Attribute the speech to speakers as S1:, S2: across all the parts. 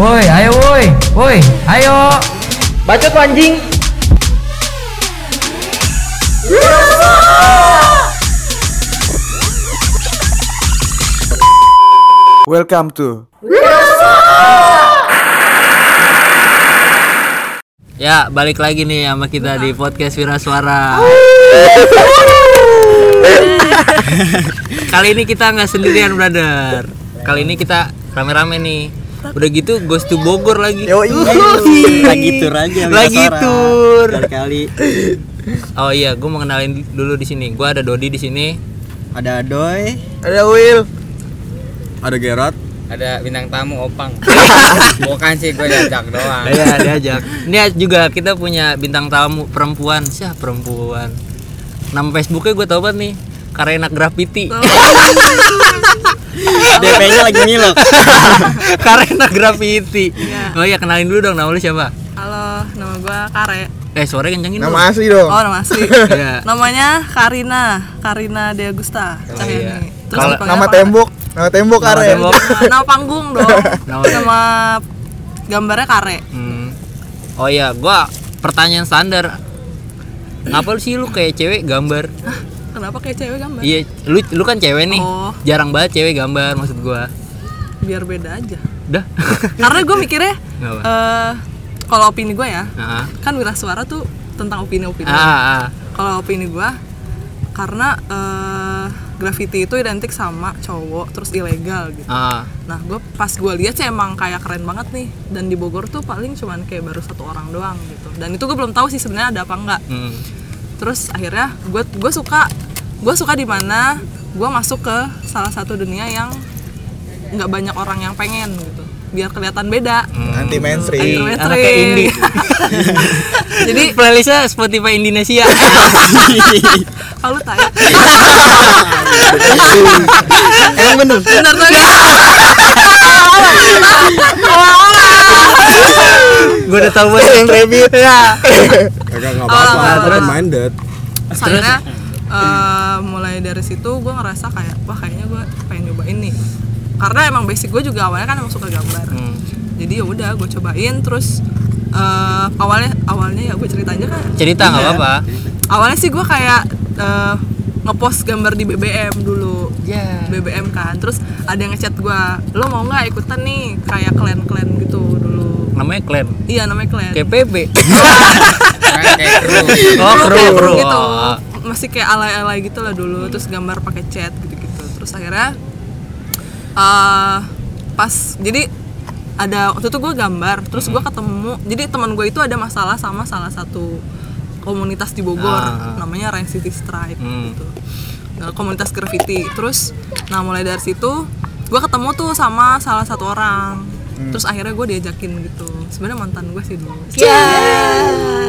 S1: Woi, ayo woi. Woi, ayo.
S2: Bacot lu anjing.
S3: Welcome to
S1: Ya, balik lagi nih sama kita di podcast Wira Suara. Kali ini kita nggak sendirian, brother. Kali ini kita rame-rame nih. Udah gitu Ghost to Bogor lagi.
S4: lagi tur aja Wira
S1: Lagi
S4: Sora.
S1: tur.
S4: kali-kali
S1: Oh iya, gue mau kenalin dulu di sini. Gue ada Dodi di sini.
S4: ada Doi
S3: Ada Will Ada Gerard
S5: ada bintang tamu opang bukan sih gue diajak doang
S1: Iya, diajak. Ini juga kita punya bintang tamu perempuan. Siapa perempuan? Nama Facebooknya gue tau banget nih. Karena graffiti.
S4: DP nya lagi ngilok
S1: Karena graffiti. Oh iya, kenalin dulu dong nama lu siapa?
S6: Halo, nama gua Kare.
S1: Eh, suaranya kencengin dulu.
S3: Nama asli dong
S6: Oh, nama asli.
S1: Iya.
S6: Namanya Karina, Karina Deagusta.
S1: iya.
S6: Cahyani. Terus
S1: Kalau-
S6: dipanggil
S3: Nama
S6: apa?
S3: tembok Nama tembok
S1: Nama
S3: Aren
S1: tembok.
S6: Nama- Nama panggung dong.
S1: Nama-
S6: Nama gambarnya Kare.
S1: Hmm. Oh iya, gua pertanyaan standar. Kenapa sih lu kayak cewek gambar?
S6: Kenapa kayak cewek gambar?
S1: Iya, lu lu kan cewek nih.
S6: Oh.
S1: Jarang banget cewek gambar maksud gua.
S6: Biar beda aja.
S1: Dah.
S6: Karena gua mikirnya
S1: Nggak apa.
S6: eh kalau opini gua ya,
S1: Ah,
S6: kan wira suara tuh tentang opini-opini.
S1: ah, ah.
S6: Kalau opini gua karena eh graffiti itu identik sama cowok terus ilegal gitu.
S1: ah.
S6: Nah, gue pas gue lihat sih emang kayak keren banget nih. Dan di Bogor tuh paling cuman kayak baru satu orang doang gitu. Dan itu gue belum tahu sih sebenarnya ada apa enggak.
S1: Hmm.
S6: Terus akhirnya gue gue suka gue suka di mana gue masuk ke salah satu dunia yang nggak banyak orang yang pengen gitu. Biar kelihatan beda.
S7: Hmm.
S3: Anti
S6: Anti
S3: mainstream
S6: mainstream.
S1: Anaknya indie.
S6: Jadi
S1: Playlistnya Spotify Indonesia.
S6: kalau tanya
S4: emang bener
S6: bener tadi
S1: gua udah tahu banget.
S3: Yang rabbit
S7: Kagak nggak apa-apa,
S6: Ah,
S7: open minded.
S6: akhirnya eh, mulai dari situ gue ngerasa kayak wah kayaknya gue pengen nyobain nih karena emang basic gue juga awalnya kan emang suka gambar
S1: Hmm.
S6: jadi ya udah gue cobain terus eh, awalnya awalnya ya gue cerita aja kan
S1: Cerita nggak apa-apa.
S6: awalnya sih gue kayak eh, ngepost gambar di BBM dulu
S1: Ya.
S6: BBM kan terus ada yang ngechat gue lo mau nggak ikutan nih kayak klan klan gitu dulu
S1: Namanya Clan.
S6: iya namanya klan
S1: KPB.
S5: kan kayak kru
S1: Oh,
S6: Dulu
S1: kru,
S6: kayak
S1: kru.
S6: gitu
S1: Oh.
S6: masih kayak alay-alay gitu lah dulu terus gambar pakai cat gitu-gitu terus akhirnya eh pas jadi ada waktu itu gue gambar terus gue ketemu jadi teman gue itu ada masalah sama salah satu komunitas di Bogor
S1: Ah.
S6: namanya Rain City Stripe
S1: Hmm.
S6: gitu Nah, komunitas graffiti terus nah mulai dari situ gue ketemu tuh sama salah satu orang terus akhirnya gue diajakin gitu sebenarnya mantan gue sih dulu
S1: Iya.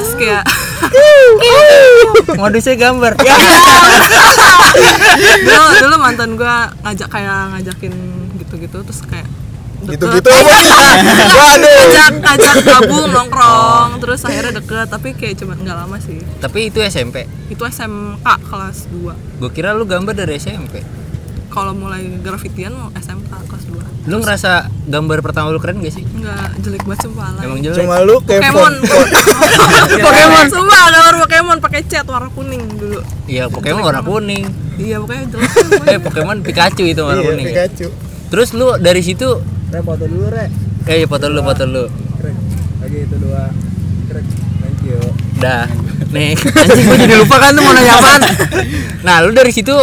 S6: terus kayak
S1: Modusnya gambar.
S6: dulu dulu mantan gue ngajak kayak ngajakin gitu-gitu terus kayak deket.
S3: Gitu-gitu apa sih? Waduh
S6: ngajak ngajak gabung nongkrong terus akhirnya deket tapi kayak cuma nggak lama sih
S1: Tapi itu SMP.
S6: itu SMK kelas 2
S1: Gue kira lu gambar dari SMP.
S6: kalau mulai grafitian mau SMK kelas 2
S1: Lu ngerasa gambar pertama lu keren gak sih?
S6: nggak jelek banget sumpah lah
S1: Emang jelek.
S3: Cuma lu kayak
S6: Hmm. Pokemon Iya,
S3: font
S6: Pokemon sumpah gambar Pokemon pakai cat warna kuning dulu
S1: Iya, Pokemon warna kuning.
S6: iya pokoknya jelek
S1: Eh, Pokemon Pikachu itu warna
S3: Iya
S1: kuning. ya?
S3: Pikachu
S1: Terus lu dari situ
S3: Rem foto dulu Re
S1: eh foto lu, foto lu.
S3: Keren Lagi itu dua Keren Thank you
S1: Dah. Nih, anjing gua jadi lupa kan tuh mau nanya apaan. Nah, lu dari situ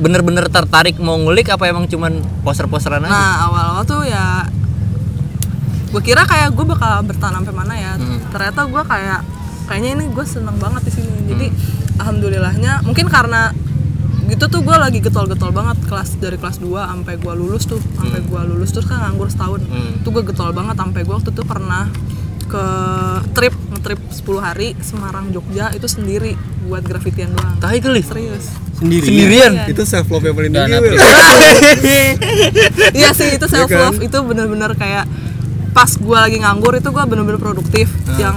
S1: bener-bener tertarik mau ngulik apa emang cuman poster-posteran aja?
S6: Nah awal-awal tuh ya gue kira kayak gue bakal bertahan sampai mana ya.
S1: Hmm.
S6: Ternyata gue kayak kayaknya ini gue seneng banget di sini. Jadi
S1: Hmm.
S6: alhamdulillahnya mungkin karena gitu tuh gue lagi getol-getol banget kelas dari kelas 2 sampai gue lulus tuh sampai gue lulus terus kan nganggur setahun
S1: Hmm.
S6: tuh gue getol banget sampai gue waktu tuh pernah ke trip ngetrip 10 hari Semarang Jogja itu sendiri buat grafitian doang
S1: Tahu kali.
S6: serius
S4: sendiri
S1: Sendirian.
S7: Itu self love yang paling tinggi.
S5: Dana
S7: Wil.
S6: Iya sih itu self love
S1: kan?
S6: itu bener-bener kayak pas gua lagi nganggur itu gua bener-bener produktif
S1: Ah.
S6: yang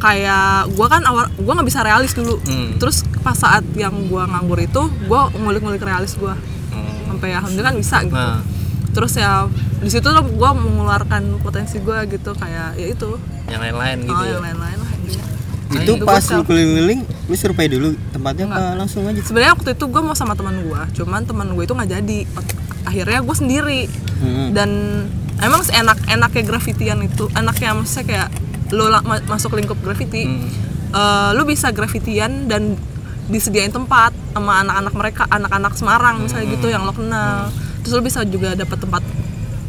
S6: kayak gua kan awal gua nggak bisa realis dulu
S1: Hmm.
S6: terus pas saat yang gua nganggur itu gua ngulik-ngulik realis gua sampai alhamdulillah kan bisa
S1: Oh.
S6: gitu
S1: Nah,
S6: terus ya di situ tuh gue mengeluarkan potensi gue gitu kayak ya itu
S1: yang lain-lain
S6: oh,
S1: gitu ya Nah, iya.
S6: yang lain-lain lah intinya.
S4: itu
S6: Itu
S4: pas
S6: gua
S4: lu keliling-keliling lu survei dulu tempatnya apa langsung aja
S6: sebenarnya waktu itu gue mau sama teman gue cuman teman gue itu nggak jadi akhirnya gue sendiri
S4: Mm-mm.
S6: dan emang enak enaknya grafitian itu enaknya maksudnya kayak lo la- ma- masuk lingkup graffiti eh, lo bisa grafitian dan disediain tempat sama anak-anak mereka anak-anak Semarang misalnya gitu yang lo kenal terus lo bisa juga dapat tempat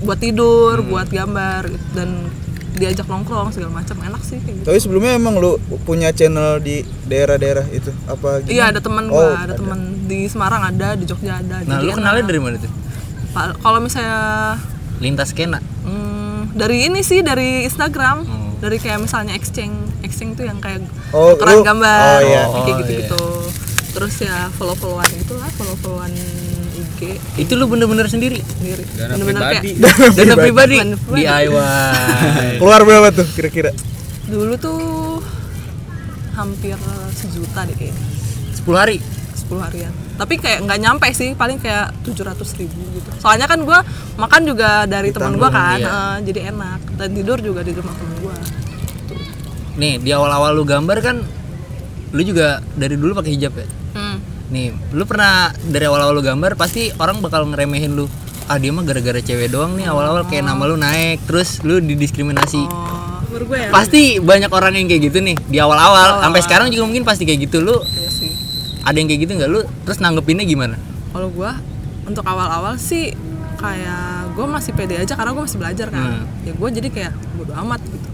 S6: buat tidur buat gambar gitu. dan diajak nongkrong segala macam enak sih kayak gitu
S3: Tapi sebelumnya emang lu punya channel di daerah-daerah itu apa gitu?
S6: Iya ada teman gue,
S3: Oh,
S6: ada, teman di Semarang ada, di Jogja ada.
S1: nah
S6: Jadi
S1: lu
S6: enak.
S1: kenalnya dari mana tuh
S6: Pa- Kalau misalnya
S1: lintas kena
S6: hmm, dari ini sih dari Instagram,
S1: Hmm.
S6: dari kayak misalnya exchange, exchange tuh yang kayak
S3: Oh,
S6: tukeran
S3: lu-
S6: gambar,
S3: oh, iya.
S6: kayak
S1: Oh, iya.
S6: gitu-gitu. Terus ya follow-followan gitulah, follow-followan IG
S1: itu lu bener-bener sendiri
S6: sendiri.
S5: Dana
S6: Bener-bener kayak
S5: pribadi.
S1: dana pribadi
S6: Dana pribadi.
S1: DIY
S6: Iya.
S3: Keluar berapa tuh kira-kira?
S6: dulu tuh hampir sejuta deh kayaknya,
S1: 10 hari
S6: 10 harian. Tapi kayak nggak nyampe sih, paling kayak 700 ribu gitu. Soalnya kan gua makan juga dari teman gua kan,
S1: iya.
S6: eh, jadi enak. Dan tidur juga di rumah temen gua
S1: nih di awal-awal lu gambar kan lu juga dari dulu pakai hijab ya
S6: Hmm.
S1: nih lu pernah dari awal-awal lu gambar pasti orang bakal ngeremehin lu ah dia mah gara-gara cewek doang nih awal-awal kayak nama lu naik terus lu didiskriminasi
S6: Oh, menurut gue ya.
S1: pasti banyak orang yang kayak gitu nih di awal-awal sampai sekarang juga mungkin pasti kayak gitu lu
S6: Iya sih.
S1: ada yang kayak gitu nggak lu terus nanggepinnya gimana
S6: Kalau gua untuk awal-awal sih kayak gua masih pede aja karena gua masih belajar kan.
S1: Hmm.
S6: Ya gua jadi kayak bodo amat gitu.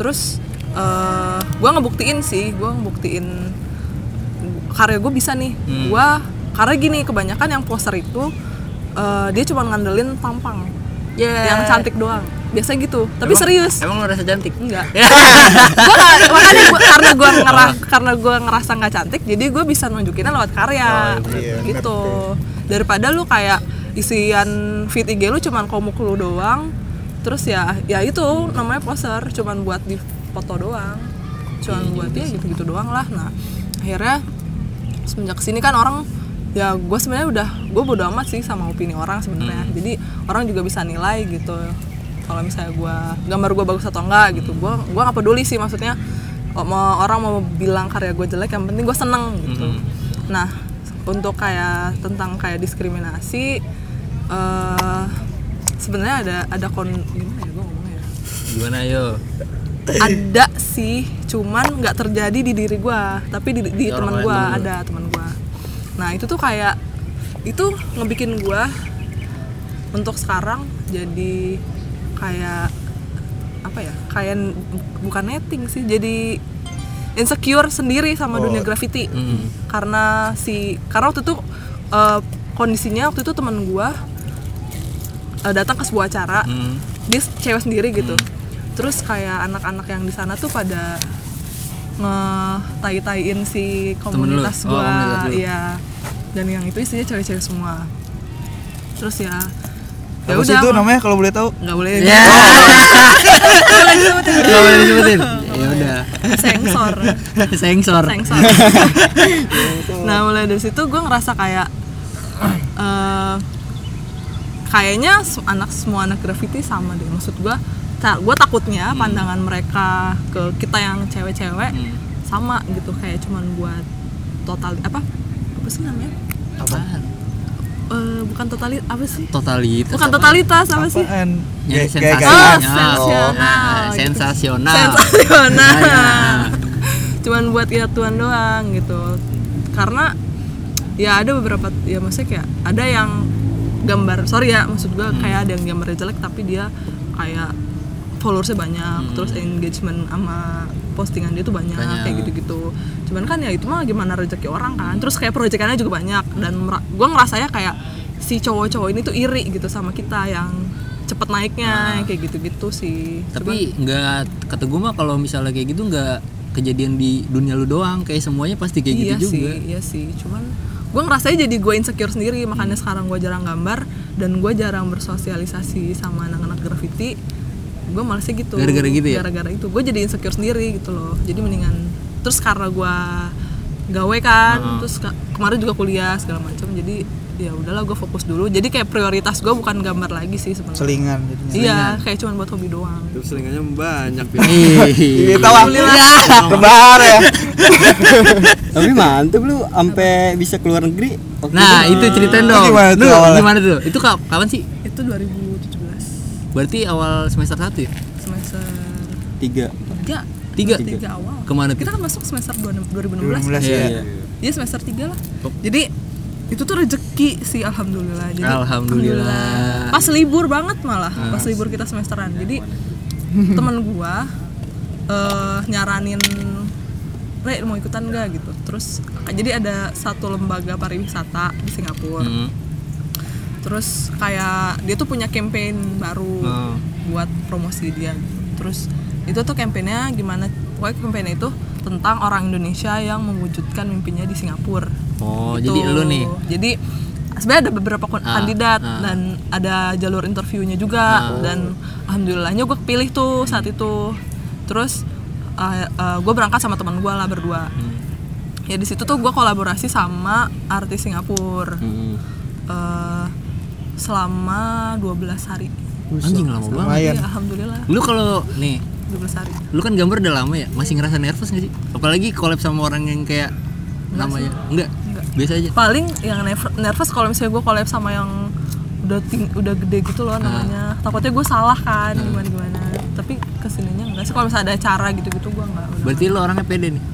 S6: Terus eh gua ngebuktiin sih, gua ngebuktiin karya gue bisa nih.
S1: Hmm.
S6: Gua karena gini kebanyakan yang poster itu eh, dia cuma ngandelin tampang. Yang cantik doang. Biasanya gitu. Tapi serius.
S1: emang lu rasa cantik
S6: Enggak. gua gak, makanya gua, karena gue ngerasa karena gua ngerasa nggak cantik, jadi gue bisa nunjukinnya lewat karya. gitu. Daripada lu kayak isian feed IG lu cuman komuk lu doang, terus ya ya itu namanya poser, cuman buat di foto doang. Cuman buat ya gitu-gitu doang lah. Nah, akhirnya semenjak sini kan orang ya gue sebenarnya udah gue bodo amat sih sama opini orang sebenarnya jadi orang juga bisa nilai gitu kalau misalnya gue gambar gue bagus atau enggak gitu gue gua nggak peduli sih maksudnya o- mau orang mau bilang karya gue jelek yang penting gue seneng gitu nah untuk kayak tentang kayak diskriminasi eh sebenarnya ada ada kon gimana ya gue ngomongnya ya?
S1: gimana yo
S6: ada sih cuman nggak terjadi di diri gua tapi di, di teman gua ada teman gua nah itu tuh kayak itu ngebikin gua untuk sekarang jadi kayak apa ya kayak n- bukan netting sih jadi insecure sendiri sama dunia graffiti karena si karena waktu itu eh, kondisinya waktu itu teman gua eh, datang ke sebuah acara
S1: Hmm.
S6: dia s- cewek sendiri gitu terus kayak anak-anak yang di sana tuh pada ngetai-taiin si komunitas
S1: lu? Oh, komunitas
S6: gua
S1: lu.
S6: iya dan yang itu isinya cewek-cewek semua terus ya ya
S3: Apa sih
S6: udah
S3: itu namanya kalau boleh tahu?
S6: nggak
S1: Ya.
S6: boleh
S1: Gak boleh disebutin. Ya udah.
S6: sensor
S1: Sensor.
S6: sensor nah mulai dari situ gue ngerasa kayak eh, kayaknya se- anak semua anak graffiti sama deh maksud gue gue takutnya pandangan mereka ke kita yang cewek-cewek sama gitu kayak cuman buat total apa apa sih namanya
S1: Apaan?
S6: Eh, bukan totali apa sih
S1: Totalitas.
S6: bukan totalitas apa sih Ah!
S3: Apaan?
S1: Yang
S3: Gaya- gaya-gayaan.
S1: sensasional.
S6: sensasional.
S1: Nah,
S6: gitu.
S1: sensasional.
S6: sensasional
S1: Nah.
S6: cuman buat ya Tuhan doang gitu karena ya ada beberapa ya maksudnya kayak ada yang gambar sorry ya maksud gua kayak ada yang gambarnya jelek tapi dia kayak followersnya banyak terus engagement sama postingan dia tuh banyak, kayak gitu-gitu cuman kan ya itu mah gimana rezeki orang kan terus kayak proyekannya juga banyak dan mer- gua ngerasanya kayak si cowok-cowok ini tuh iri gitu sama kita yang cepet naiknya kayak gitu-gitu sih
S1: Tapi nggak kata gue mah kalau misalnya kayak gitu nggak kejadian di dunia lu doang kayak semuanya pasti kayak
S6: iya
S1: gitu
S6: sih,
S1: juga.
S6: Iya sih, cuman gue ngerasanya jadi gue insecure sendiri
S1: Hmm.
S6: makanya sekarang gue jarang gambar dan gue jarang bersosialisasi sama anak-anak graffiti. Gue malesnya gitu.
S1: Gara-gara gitu ya?
S6: Gara-gara itu gue jadi insecure sendiri gitu loh. Jadi mendingan
S1: Ah.
S6: terus karena gue gawe kan, terus ka- kemarin juga kuliah segala macam. Jadi ya udahlah gue fokus dulu jadi kayak prioritas gue bukan gambar lagi sih sebenarnya
S4: Selingan
S3: gitu.
S4: jadinya.
S6: iya kayak cuman buat hobi doang
S7: Terus selingannya banyak Pi.
S4: Iya tahu ah. Lebar ya. Tapi mantep lu sampai bisa keluar negeri. waktu
S1: Nah, itu ceritain dong.
S4: gimana tuh
S1: Lu
S4: awalnya?
S1: gimana tuh? Itu ka- kapan sih?
S6: itu 2017
S1: Berarti awal semester 1 ya?
S6: semester
S4: tiga.
S6: 3
S1: Tiga.
S6: tiga awal
S1: Kemana tuh?
S6: kita kan masuk semester
S4: 2016
S6: 2016
S1: Iya.
S4: ya.
S6: Iya semester 3 lah. Jadi itu tuh rezeki sih alhamdulillah. Jadi
S1: Alhamdulillah. Ah,
S6: alhamdulillah. Pas libur banget malah, pas libur kita semesteran.
S1: Ya,
S6: Jadi temen gua eh, nyaranin Re mau ikutan gak gitu Terus jadi ada satu lembaga pariwisata di Singapura
S1: Hmm.
S6: terus kayak dia tuh punya campaign baru
S1: Oh.
S6: buat promosi dia gitu. terus itu tuh campaignnya gimana pokoknya campaignnya itu tentang orang Indonesia yang mewujudkan mimpinya di Singapura
S1: Oh,
S6: Gitu.
S1: jadi lu nih.
S6: jadi sebenarnya ada beberapa kon-
S1: Ah,
S6: kandidat
S1: ah.
S6: dan ada jalur interviewnya juga dan alhamdulillahnya gue kepilih tuh saat itu terus gue berangkat sama teman gue lah berdua
S1: Hmm.
S6: ya di situ tuh gue kolaborasi sama artis Singapura
S1: Hmm.
S6: eh selama 12 hari.
S1: Anjing lama banget.
S6: Iya, alhamdulillah
S1: Lu kalau nih
S6: 12 hari.
S1: lu kan gambar udah lama ya masih ngerasa nervous gak sih apalagi collab sama orang yang kayak namanya enggak,
S6: Enggak.
S1: biasa aja
S6: Paling yang nerv- nervous kalau misalnya gue collab sama yang udah ting- udah gede
S1: Ah.
S6: gitu loh namanya. Takutnya gue salah kan gimana gimana. Tapi kesininya enggak sih kalau misalnya ada acara gitu-gitu gue enggak udah
S1: berarti lu orangnya pede nih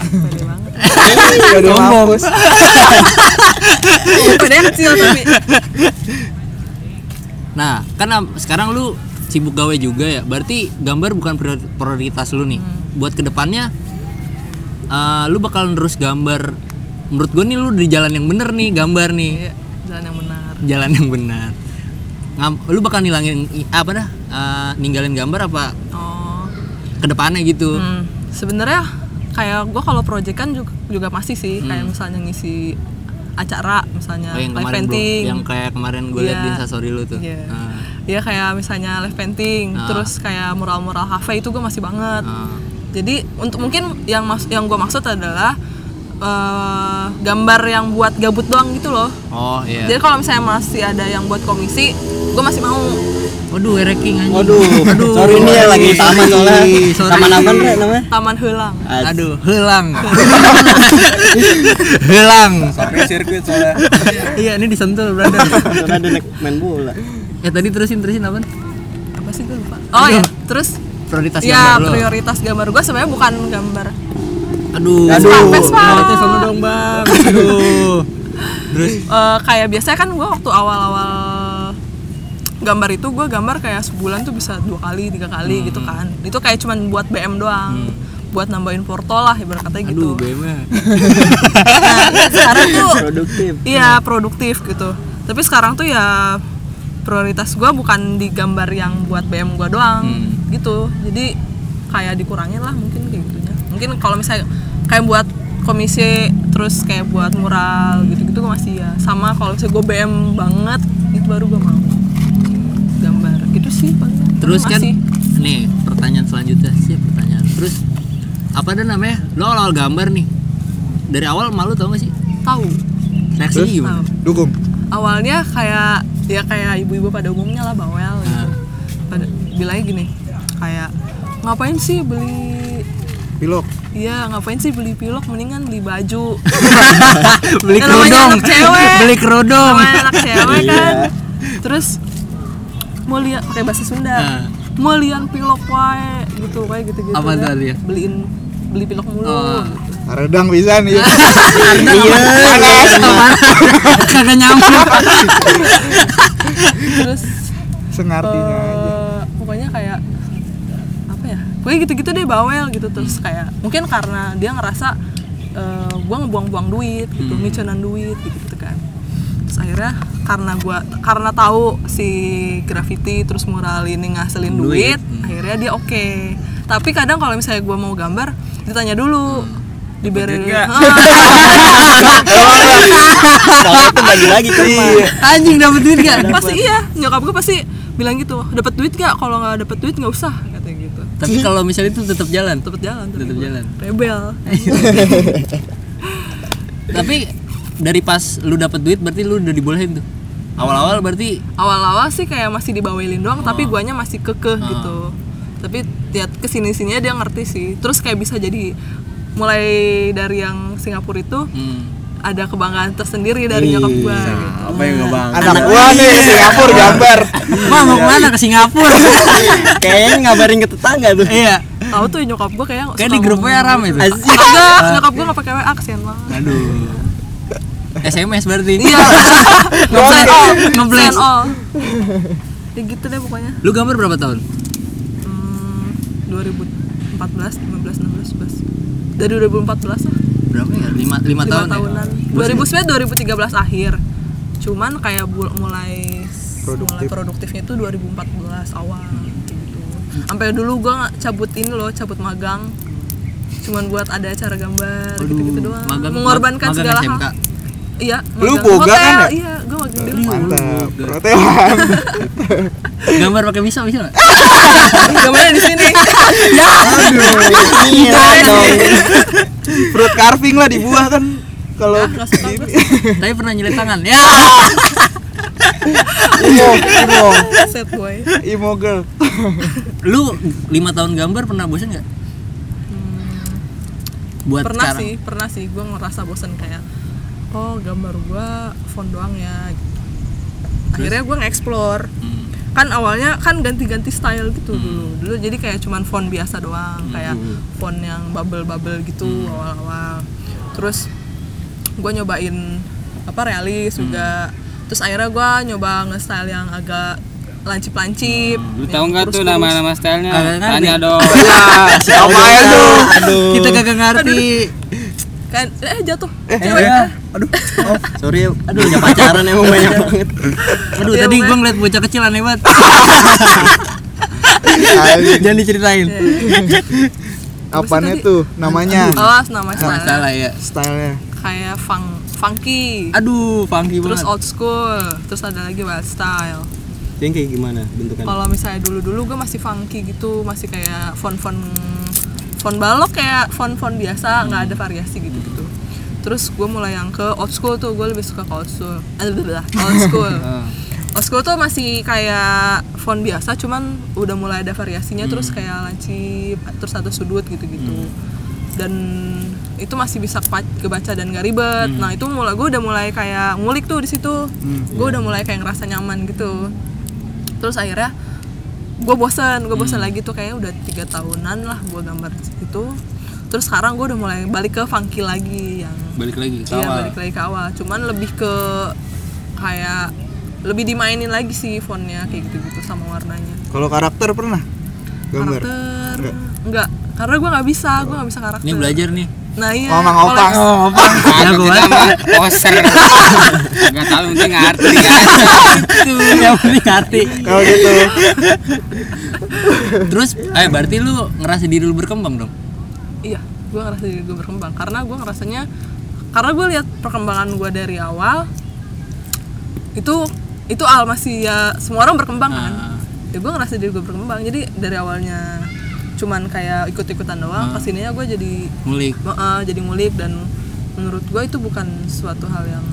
S6: pede banget.
S4: Gak ada mampus.
S6: pede yang kecil tapi
S1: nah kan am- sekarang lu sibuk gawe juga ya berarti gambar bukan prior- prioritas lu nih
S6: Hmm.
S1: buat kedepannya eh, lu bakal terus gambar menurut gue nih lu di jalan yang bener nih gambar nih
S6: Iya, jalan yang benar.
S1: jalan yang benar Ngam- lu bakal nilangin i- apa dah eh, ninggalin gambar apa
S6: Oh.
S1: kedepannya gitu
S6: Hmm, sebenarnya kayak gue kalau project kan juga, juga masih sih kayak misalnya ngisi acara
S1: Hmm.
S6: misalnya
S1: Oh, yang
S6: Hmm, live
S1: kemarin bro,
S6: painting
S1: yang kayak kemarin gue liat
S6: Iya.
S1: di instastory lu tuh
S6: Iya.
S1: Ah.
S6: ya kayak misalnya live painting
S1: Ah.
S6: terus kayak mural-mural cafe itu gue masih banget
S1: Ah.
S6: jadi untuk mungkin yang mas yang gue maksud adalah eh, gambar yang buat gabut doang gitu loh
S1: Oh iya.
S6: jadi kalau misalnya masih ada yang buat komisi gue masih mau
S1: Waduh, ereking anjing.
S4: Waduh,
S1: Aduh.
S4: sorry nih ya, lagi di taman soalnya.
S1: Sorry.
S4: Taman apa nih
S1: Eh?
S4: namanya?
S6: taman helang
S1: Aduh, helang. helang.
S3: Sampai sirkuit soalnya.
S1: Iya, ini disentul, brother.
S4: Karena ada nek- main bola.
S1: ya tadi terusin terusin apa?
S6: apa sih gue lupa oh ya terus
S1: Prioritas gambar
S6: ya
S1: lo.
S6: prioritas gambar gue sebenarnya bukan gambar
S1: Aduh.
S4: Aduh.
S6: Vespa.
S1: Prioritas sono dong, Bang. Aduh. Terus
S6: Eh, kayak biasanya kan gue waktu awal-awal gambar itu gue gambar kayak sebulan tuh bisa dua kali tiga kali gitu kan itu kayak cuman buat BM doang buat nambahin porto lah ibarat katanya
S1: aduh,
S6: gitu
S1: BM-nya.
S6: Nah, sekarang tuh
S4: Produktif.
S6: iya produktif gitu tapi sekarang tuh ya prioritas gue bukan di gambar yang buat BM gue doang
S1: Hmm.
S6: gitu jadi kayak dikurangin lah mungkin kayak gitunya mungkin kalau misalnya kayak buat komisi terus kayak buat mural gitu-gitu gue masih ya sama kalau misalnya gue BM banget itu baru gue mau gambar gitu sih paling
S1: Terus
S6: Tapi
S1: kan
S6: masih-
S1: nih pertanyaan selanjutnya sih pertanyaan. Terus apa ada namanya? Lo awal gambar nih. Dari awal malu tau gak sih?
S6: tahu
S1: Reaksinya gimana?
S6: tahu
S7: Dukung.
S6: awalnya kayak ya kayak ibu-ibu pada umumnya lah bawel gitu.
S1: Hmm.
S6: Pada bilangnya gini, kayak ngapain sih beli
S7: Pilok.
S6: Iya, ngapain sih beli pilok mendingan beli baju.
S1: beli
S6: Ya, namanya
S1: kerudung
S6: anak cewek.
S1: beli kerudung
S6: Sama anak cewek
S1: Iya.
S6: kan. Terus mau lihat pakai bahasa Sunda.
S1: Ah.
S6: Mau lihat pilok wae gitu, kayak gitu-gitu.
S1: Apa tuh, Lia?
S6: Beliin beli pilok mulu.
S1: Oh.
S7: Redang bisa nih.
S1: kagak nyambung
S6: Terus
S7: Sengartinya aja.
S6: Eh, pokoknya kayak apa ya pokoknya gitu-gitu deh bawel gitu terus kayak mungkin karena dia ngerasa eh, gua ngebuang-buang duit gitu micunan duit gitu, gitu kan terus akhirnya karena gua karena tahu si graffiti terus mural ini ngasilin duit, Hmm. akhirnya dia oke tapi kadang kalau misalnya gua mau gambar ditanya dulu diberi Ah,
S4: Soalnya itu bagi lagi ke
S1: Iya.
S4: rumah.
S6: anjing dapet duit gak pasti iya nyokap gue pasti bilang gitu dapet duit gak kalau nggak dapet duit nggak usah katanya gitu
S1: tapi kalau misalnya itu tetap jalan
S6: tetap jalan tapi
S1: tetap
S6: gua
S1: jalan
S6: rebel
S1: tapi dari pas lu dapet duit berarti lu udah dibolehin tuh awal-awal berarti
S6: awal-awal sih kayak masih dibawelin doang tapi
S1: Oh.
S6: guanya masih kekeh
S1: Ah.
S6: gitu tapi ya kesini sininya dia ngerti sih terus kayak bisa jadi mulai dari yang Singapura itu
S1: hmm,
S6: ada kebanggaan tersendiri dari nyokap gua gitu.
S4: apa yang Iya. nggak bang
S7: anak gua nih ke
S4: Iya.
S7: Singapura gambar
S1: mah mau kemana ke Singapura
S4: kayaknya ngabarin ke tetangga tuh
S1: iya
S6: tahu tuh nyokap gua kayak
S1: kayak di grupnya rame tuh
S4: Asik.
S6: enggak nyokap gua nggak pakai WA kesian banget
S1: aduh SMS berarti
S6: iya
S1: ngeblank ngeblank
S6: kesian all ya gitu deh pokoknya
S1: lu gambar berapa tahun
S6: hmm, 2014 15 16 17 dari 2014 lah
S1: berapa ya lima lima
S6: lima
S1: tahun ya?
S6: tahunan.
S1: Bos ya?
S6: 2009 2013 akhir. Cuman kayak bul- mulai mulai produktifnya itu 2014 awal gitu. Sampai dulu gua nggak cabut ini loh, cabut magang. Cuman buat ada acara gambar gitu-gitu doang.
S1: magang-
S6: Mengorbankan
S1: magang
S6: segala
S1: SMK.
S6: hal. Iya,
S7: Lu
S6: magang.
S7: boga
S6: Hotel,
S7: kan ya?
S6: Iya, gua magang di hotel.
S7: mantap protean
S1: gambar pakai pisau bisa nggak
S6: Gambarnya di sini.
S4: iya dong
S7: fruit carving lah di buah kan kalau
S6: Ah, nggak suka gua.
S1: tapi pernah nyelit tangan ya
S7: imo imo
S6: Set boy.
S7: imo girl
S1: lu lima tahun gambar pernah bosan nggak
S6: Hmm.
S1: buat
S6: pernah
S1: sekarang
S6: sih pernah sih gue ngerasa bosen kayak oh gambar gue font doang ya akhirnya gue nge-explore kan awalnya kan ganti-ganti style gitu dulu dulu jadi kayak cuman font biasa doang kayak font yang bubble bubble gitu awal-awal terus gue nyobain apa realis juga terus akhirnya gue nyoba nge-style yang agak lancip-lancip
S5: Lu
S6: yang
S5: tahu nggak tuh
S6: kurus-kurus.
S5: nama-nama stylenya?
S1: Kagak ngerti.
S5: Tanya dong.
S4: Iya,
S7: siapa ya lu
S4: aduh
S1: kita kagak ngerti
S6: kan eh jatuh
S4: ya aduh oh, sorry ya. aduh punya pacaran emang banyak banget
S1: aduh
S6: Iya,
S1: tadi
S6: pokoknya.
S1: gua ngeliat bocah kecil aneh banget
S4: jangan diceritain
S6: Iya,
S7: apanya tuh namanya
S6: oh nama
S1: nggak
S6: style
S1: salah ya
S7: stylenya
S6: kayak funk funky
S1: aduh funky
S6: terus
S1: banget
S6: old school terus ada lagi wild style
S4: yang kayak gimana bentukan
S6: kalau misalnya dulu dulu gue masih funky gitu masih kayak font font font balok kayak font font biasa nggak ada variasi gitu gitu terus gue mulai yang ke old school tuh gue lebih suka ke old school Eh, Aduh, old school old school tuh masih kayak font biasa cuman udah mulai ada variasinya terus kayak lancip terus ada sudut gitu gitu dan itu masih bisa kepa- kebaca dan gak ribet. Nah itu mulai gue udah mulai kayak ngulik tuh di situ. gue udah mulai kayak ngerasa nyaman gitu terus akhirnya gue bosen gue bosen lagi tuh kayaknya udah tiga tahunan lah gue gambar itu terus sekarang gue udah mulai balik ke funky lagi yang
S1: balik lagi ke
S6: iya
S1: awal
S6: balik lagi ke awal cuman lebih ke kayak lebih dimainin lagi sih fontnya kayak gitu gitu sama warnanya
S7: kalau karakter pernah gambar
S6: karakter enggak karena gue nggak bisa gue nggak bisa karakter
S1: ini belajar nih
S6: nah iya
S7: ngomong
S6: kalau-
S7: opang
S1: opang
S5: Kagak
S1: jagoan
S5: kita mah poser. Enggak tahu penting ngerti kan.
S1: itu yang penting ngerti
S6: Iya.
S7: kalau gitu
S1: terus eh berarti lu ngerasa diri lu berkembang dong
S6: iya gue ngerasa diri gue berkembang karena gue ngerasanya karena gue lihat perkembangan gue dari awal itu itu al masih ya semua orang berkembang kan
S1: Ah.
S6: ya gue ngerasa diri gue berkembang jadi dari awalnya cuman kayak ikut-ikutan
S1: Ah.
S6: doang kesininya gue jadi
S1: mulik
S6: eh, jadi ngulik dan menurut gue itu bukan suatu hal yang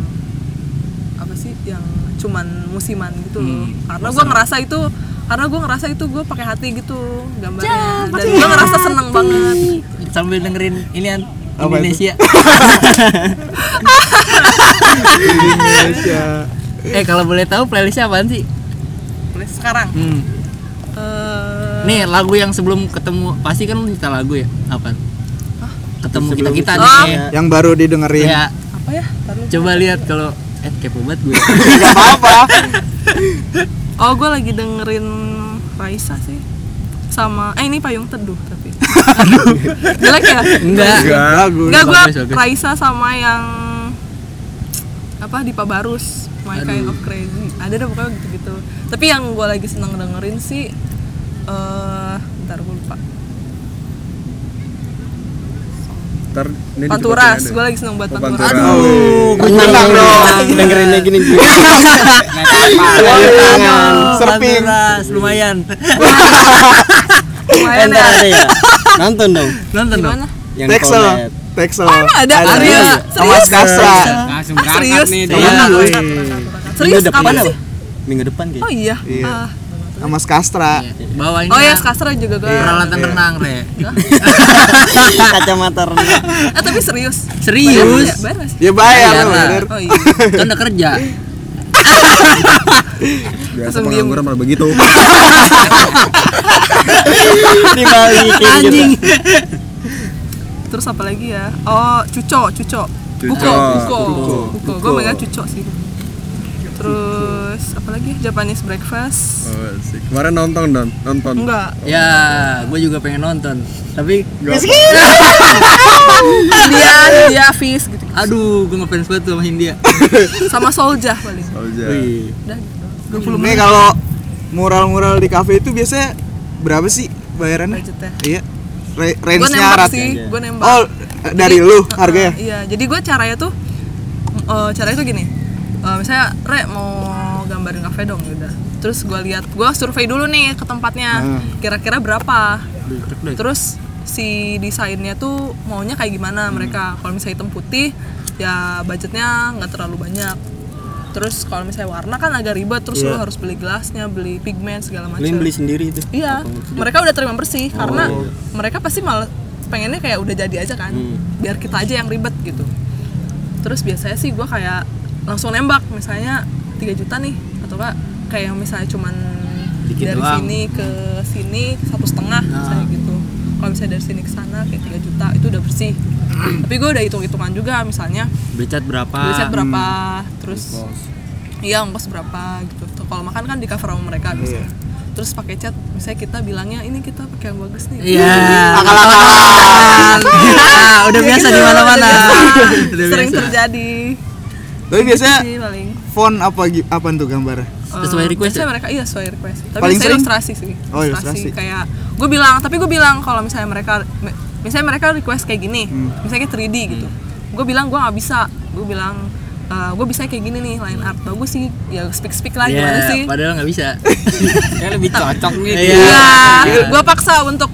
S6: apa sih yang cuman musiman gitu
S1: Hmm,
S6: loh karena gue ngerasa itu karena gue ngerasa itu gue pakai hati gitu gambarnya dan gue ngerasa seneng banget
S1: sambil dengerin ini an
S7: Apa
S1: Indonesia
S7: Indonesia
S1: eh kalau boleh tahu playlistnya apaan sih
S6: Boleh sekarang.
S1: hmm.
S6: Eh,
S1: nih lagu yang sebelum ketemu pasti kan lu nyita lagu ya apa ketemu kita kita
S6: sebelum-
S1: nih
S7: ya. yang baru didengerin
S1: ya
S6: apa Oh. ya? Ntar lu-
S1: coba lihat kalau eh kepo banget gue
S7: nggak apa-apa
S6: Oh, gue lagi dengerin Raisa sih. Sama eh ini Payung Teduh tapi. Jelek ya?
S1: enggak
S7: enggak gue
S6: Enggak gue
S1: Bagus, bagus.
S6: Raisa sama yang apa di Pabarus My Kind of Crazy. Ada deh pokoknya gitu-gitu. Tapi yang gue lagi seneng dengerin sih eh bentar gue lupa.
S3: Ntar ini di
S6: Panturas, gue lagi seneng buat
S3: Panturas.
S6: Panturas.
S7: aduh
S4: tenang
S7: tenang dong
S4: dengerinnya gini gini
S7: Tangan, tangan
S1: Surfing
S7: surfing
S1: lumayan
S6: Lumayan ya.
S4: Eh, Ntar, ntar, ntar. nonton dong
S1: nonton dong
S6: Gimana?
S4: yang
S7: Texel.
S4: komet
S7: Texel.
S6: emang ada? Serius?
S7: Awas
S6: Serius?
S7: Kasra.
S5: Langsung
S6: Ah,
S5: berangkat
S6: serius?
S5: nih.
S6: Iya,
S7: Iya,
S6: berangkat,
S7: weh.
S6: berangkat, berangkat.
S4: Minggu
S6: Serius
S4: depan
S6: kapan
S4: apa?
S6: sih?
S4: Minggu depan
S6: Oh
S4: kayaknya.
S6: iya.
S7: Iya.
S6: Ah.
S7: Sama Kastra.
S1: Bawainnya
S6: Oh ya, Skastra juga gue.
S1: peralatan
S7: Iya.
S1: renang, Re.
S6: Iya.
S4: Kacamata renang.
S6: Eh tapi serius.
S1: Iya. Serius?
S6: Bayar nggak sih?
S7: Ya bayar
S1: Iya,
S7: lu,
S1: lah.
S7: bener.
S6: Oh iya.
S1: Kan udah kerja.
S6: Langsung diem.
S3: malah begitu
S4: Dibalikin
S1: Anjing.
S6: Terus apa lagi ya? Oh, cuco, cuco.
S3: Cuco, Ah,
S6: Buko, buko.
S3: buko.
S6: Buko. Gue megang cuco sih. Terus apa lagi? Japanese breakfast.
S3: Oh, asik. kemarin nonton don nonton
S6: Enggak.
S1: Ya, gue juga pengen nonton. Tapi
S6: Iya India, India fish gitu.
S1: aduh, gue ngefans banget sama Hindia.
S6: Sama soljah paling.
S3: Soldier.
S7: Wih.
S6: Udah.
S7: Nih kalau mural-mural di kafe itu biasanya berapa sih bayarannya?
S6: Budgetnya.
S7: Iya. Re-
S6: Gue
S7: Range-nya
S6: ya. nembak
S7: rat-
S6: sih,
S3: ya?
S6: gue nembak.
S7: Oh, dari
S6: Jadi,
S7: lu
S6: uh-uh,
S7: harganya?
S6: Iya, jadi gue caranya tuh eh, caranya tuh gini. Eh, misalnya Re mau gambarin kafe dong ya udah. Terus gue lihat, gue survei dulu nih ke tempatnya. Kira-kira berapa? Terus si desainnya tuh maunya kayak gimana mereka? Kalau misalnya hitam putih ya budgetnya nggak terlalu banyak. Terus kalau misalnya warna kan agak ribet, terus lu harus beli gelasnya, beli pigmen segala macam.
S4: Lu yang beli sendiri itu.
S6: Iya, mereka udah terima bersih
S1: Oh.
S6: karena mereka pasti malah pengennya kayak udah jadi aja kan,
S1: Hmm.
S6: biar kita aja yang ribet gitu. Terus biasanya sih gua kayak langsung nembak, misalnya 3 juta nih, atau enggak kayak yang misalnya cuman
S1: Dikit
S6: dari
S1: doang. Nah.
S6: sini ke sini satu setengah misalnya gitu. Kalau misalnya dari sini ke sana kayak 3 juta itu udah bersih. Tapi gua udah hitung-hitungan juga misalnya
S1: Becet berapa? Hmm.
S6: beli set berapa terus iya ongkos berapa gitu Tuh, kalau makan kan di cover sama
S1: Iya.
S6: mereka biasanya terus pakai chat misalnya kita bilangnya ini kita pakai yang bagus nih
S1: Iya.
S7: Akal-akalan.
S1: Ah, udah
S6: Ya
S1: biasa
S6: gitu,
S1: di mana-mana.
S6: udah biasa.
S1: Udah
S6: sering
S1: biasa.
S6: terjadi
S7: Tapi biasanya
S6: sih paling
S7: font apa gi- apa tuh gambarnya?
S6: Eh,
S1: Sesuai request
S6: biasanya
S1: ya?
S6: mereka iya sesuai request tapi
S7: Paling
S6: biasanya
S7: sering?
S6: ilustrasi sih
S7: Oh, ilustrasi.
S6: kayak gue bilang tapi gue bilang kalau misalnya mereka misalnya mereka request kayak gini
S1: Hmm.
S6: misalnya kayak 3D gitu gue bilang gue nggak bisa gue bilang gue bisa kayak gini nih line art bagus sih ya speak speak lah
S1: Iya,
S6: gimana sih
S1: padahal nggak bisa.
S5: Kayak lebih cocok nih.
S1: Iya.
S6: Iya, gua paksa untuk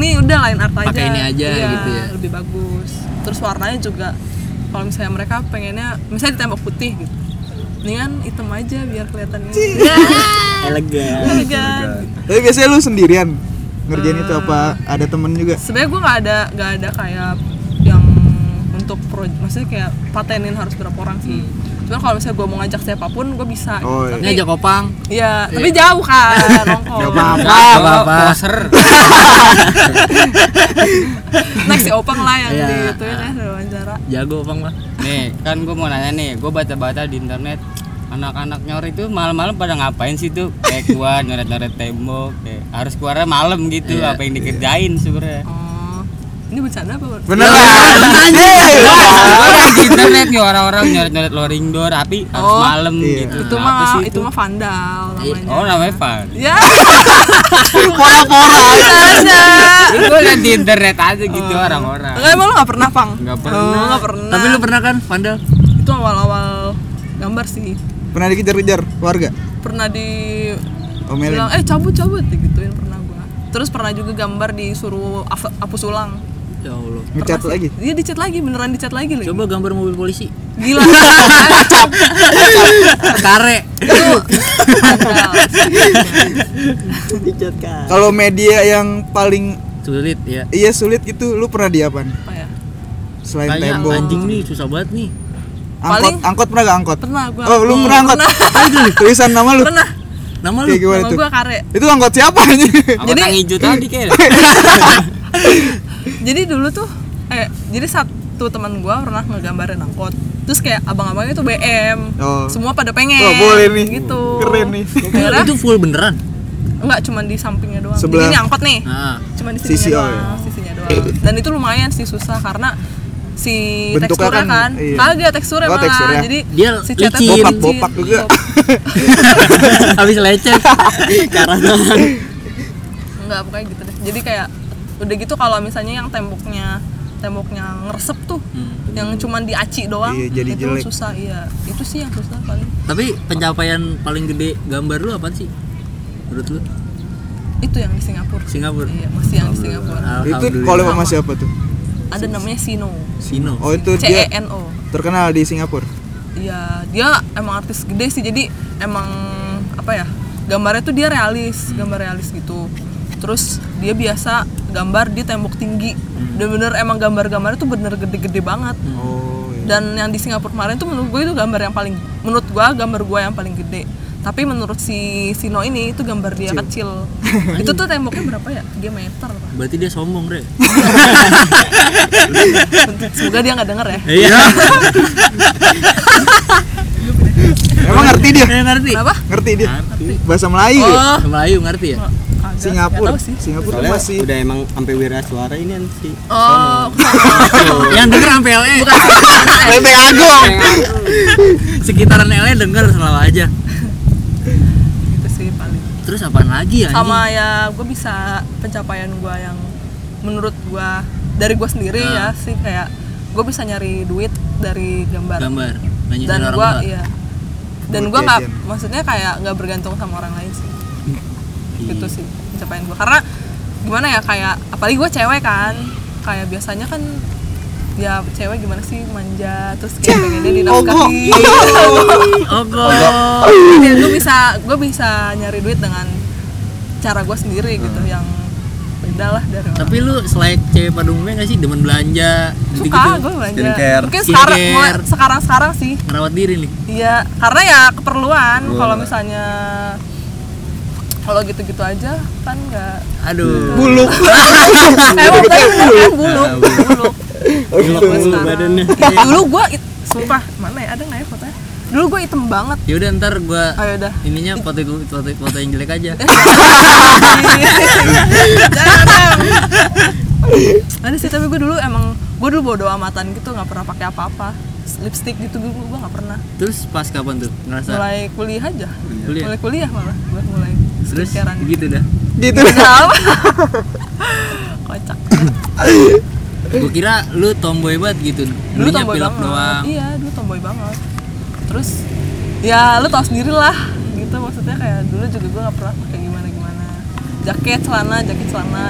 S6: nih udah line art aja.
S1: Pakai ini aja
S6: Iya,
S1: gitu ya.
S6: Lebih bagus. Terus warnanya juga kalau misalnya mereka pengennya misalnya di tembok putih gitu. Mendingan hitam aja biar kelihatannya. Iya, kan?
S4: Elegan.
S6: elegan.
S7: Tapi biasanya lu sendirian ngerjain itu apa
S6: Eh.
S7: ada temen juga?
S6: Sebenarnya gua nggak ada nggak ada kayak yang untuk pro, maksudnya kayak patenin harus berapa orang sih.
S1: Hmm.
S6: Cuman kalau misalnya gua mau ngajak siapapun gua bisa.
S7: Oh,
S1: Ini
S6: gitu. Tapi-
S1: aja kopang.
S6: Iya, tapi jauh kan, nongkrong.
S7: apa-apa.
S1: Nggak apa-apa.
S5: Poser.
S6: Next si Opang lah yang
S1: Iya.
S6: di itu ya kan ada wawancara.
S1: Jago opang mah.
S5: Nih, kan gue mau nanya nih, gue baca-baca di internet anak-anak nyoret itu malam-malam pada ngapain sih tuh kayak keluar nyoret-nyoret tembok kayak harus keluarnya malam gitu apa yang dikerjain sebenarnya
S6: Oh, ini bercanda apa?
S7: Beneran.
S5: gue liat di internet nih orang-orang nyoret-nyoret lowering door tapi harus
S6: Oh,
S5: malam
S7: iya.
S5: gitu
S6: itu
S5: Apa
S6: mah
S5: sih
S6: itu mah vandal namanya.
S5: oh namanya Van
S6: Ya,
S7: Pora-pora.
S6: ada.
S5: gue liat di internet aja gitu
S1: Oh.
S5: orang-orang
S6: Enggak emang lu enggak pernah, Pang?
S5: Nggak
S6: pernah. Oh, nggak pernah.
S1: Tapi lu pernah kan vandal?
S6: itu awal-awal gambar sih.
S7: Pernah dikejar-kejar warga?
S6: Pernah di bilang,
S7: Omelin.
S6: "Eh, cabut-cabut" digituin pernah gua. Terus pernah juga gambar disuruh af- hapus ulang.
S1: Ya Allah.
S7: Ngecat lagi.
S6: Dia dicat lagi, beneran dicat lagi lagi.
S1: Coba gambar mobil polisi.
S6: Gila. Cap.
S1: Kare.
S4: Dicat kan.
S7: Kalau media yang paling
S1: Sulit ya.
S7: iya sulit itu lu pernah di apaan?
S6: Apa ya?
S7: Selain
S1: Kayak
S7: tembok.
S1: anjing nih susah banget nih.
S7: Angkot,
S6: Paling-
S7: angkot pernah gak angkot?
S6: Pernah gua.
S7: Oh, lu
S6: Hmm,
S7: pernah angkot. Tulisan nama lu.
S6: Pernah.
S1: Nama lu
S7: Kayak gimana
S6: Nama
S7: tuh?
S6: gua kare.
S7: Itu angkot siapa ini?
S5: apa
S6: Jadi-
S5: yang hijau tadi kayak
S6: jadi dulu tuh eh jadi satu teman gua pernah ngegambarin angkot terus kayak abang-abangnya tuh BM
S7: Oh.
S6: semua pada pengen
S7: Wah, boleh nih.
S6: gitu
S7: Keren nih.
S6: Akhirnya,
S1: Itu full beneran.
S6: enggak cuma di sampingnya doang
S7: Sebelah.
S6: jadi ini angkot nih
S1: Nah,
S6: cuma di sisinya
S7: Sisi, oh,
S6: doang sisinya doang dan itu lumayan sih susah karena si
S7: Bentuknya
S6: teksturnya
S7: kan,
S6: kan,
S7: iya.
S6: kagak teksturnya
S7: Oh,
S6: malah
S7: teksturnya.
S6: jadi
S1: Dia
S6: catnya
S1: licin.
S6: tuh
S7: Bopak-bopak
S6: licin.
S7: juga.
S1: habis lecet.
S4: Karena tangan.
S6: Enggak, pokoknya gitu deh. Jadi kayak udah gitu kalau misalnya yang temboknya temboknya ngeresep tuh, yang cuman diaci doang,
S7: Hmm. Iya, jadi
S6: itu
S7: jelek.
S6: susah. Iya, itu sih yang susah paling.
S1: Tapi pencapaian paling gede gambar lu apa sih? Menurut lu?
S6: Itu yang di Singapura.
S1: Singapura.
S6: Iya, masih yang di Singapura.
S7: Itu
S1: Alhamdulillah.
S7: kalau sama siapa tuh?
S6: ada namanya Sino
S1: Sino.
S7: Oh itu
S6: C E
S7: dia
S6: N O
S7: terkenal di Singapura.
S6: Iya, dia emang artis gede sih. Jadi emang apa ya? Gambarnya tuh dia realis,
S7: Hmm.
S6: gambar realis gitu. Terus dia biasa gambar di tembok tinggi.
S7: Hmm.
S6: Bener-bener emang gambar-gambarnya tuh bener gede-gede banget.
S7: Oh iya.
S6: Dan yang di Singapura kemarin tuh menurut gue itu gambar yang paling menurut gue gambar gue yang paling gede. Tapi menurut si Sino ini itu gambar dia kecil. itu tuh temboknya berapa ya? Dia meter. Pak.
S1: Berarti dia sombong, Re.
S6: Semoga dia nggak denger ya.
S1: Iya.
S7: Emang ngerti dia?
S1: ngerti.
S6: Kenapa?
S7: Ngerti dia? Bahasa Melayu. ya?
S1: Oh, Melayu ngerti ya?
S6: Kagak, nggak
S7: Singapura.
S6: tahu sih.
S7: Singapura
S4: Soalnya
S7: masih
S4: udah emang sampai wira suara ini kan sih.
S6: Oh,
S1: Yang denger sampai E. LE. Bukan.
S7: Lente Agung.
S1: Sekitaran LE denger selalu aja.
S6: gitu sih paling.
S1: Terus apaan lagi ya? anjing?
S6: sama ya gue bisa pencapaian gue yang menurut gue dari gue sendiri ya sih kayak gue bisa nyari duit dari gambar,
S1: gambar. Banyak
S6: dan
S1: orang
S6: gue
S1: tua.
S6: iya dan
S7: Buat
S6: gue nggak
S7: jajan.
S6: maksudnya kayak nggak bergantung sama orang lain sih
S1: Iya.
S6: gitu sih pencapaian gue karena gimana ya kayak apalagi gue cewek kan kayak biasanya kan ya cewek gimana sih manja terus kayak pengennya dinafkahi
S1: Ogo.
S6: dan gue bisa gue bisa nyari duit dengan cara gue sendiri gitu yang beda lah dari orang
S1: Hmm. Tapi lu selain cewek pada umumnya nggak sih demen belanja
S6: suka
S1: gitu-gitu?
S6: gue belanja
S4: Skincare.
S6: mungkin sekarang
S1: Skincare.
S6: mulai sekarang sekarang sih
S1: Ngerawat diri nih.
S6: iya karena ya keperluan kalau misalnya kalau gitu-gitu aja kan nggak
S1: Aduh.
S7: Buluk.
S6: emang bener kan buluk buluk
S4: Gila
S6: Gue
S4: kan
S6: sekarang.
S4: badannya.
S6: Ih, dulu gue sumpah mana ya ada nggak ya fotonya dulu gue item banget
S1: Ya udah ntar gua
S6: ayo dah
S1: ininya foto itu foto, foto yang jelek aja.
S6: Jangan, Em. ada sih tapi gue dulu emang gue dulu bodo amatan gitu nggak pernah pakai apa-apa lipstick gitu gue gue nggak pernah
S1: Terus pas kapan tuh ngerasa?
S6: mulai kuliah aja
S1: Nah. Kuliah.
S6: mulai kuliah malah gue mulai
S1: Terus
S6: skincarean.
S1: gitu dah.
S7: Gitu.
S6: Kenapa? kocak
S1: Gua kira lu tomboy banget gitu.
S6: dulu
S1: Dulunya
S6: tomboy
S1: pilak
S6: banget
S1: doang.
S6: iya dulu tomboy banget terus ya lu tau sendiri lah gitu maksudnya kayak dulu juga gue nggak pernah pakai gimana gimana jaket celana jaket celana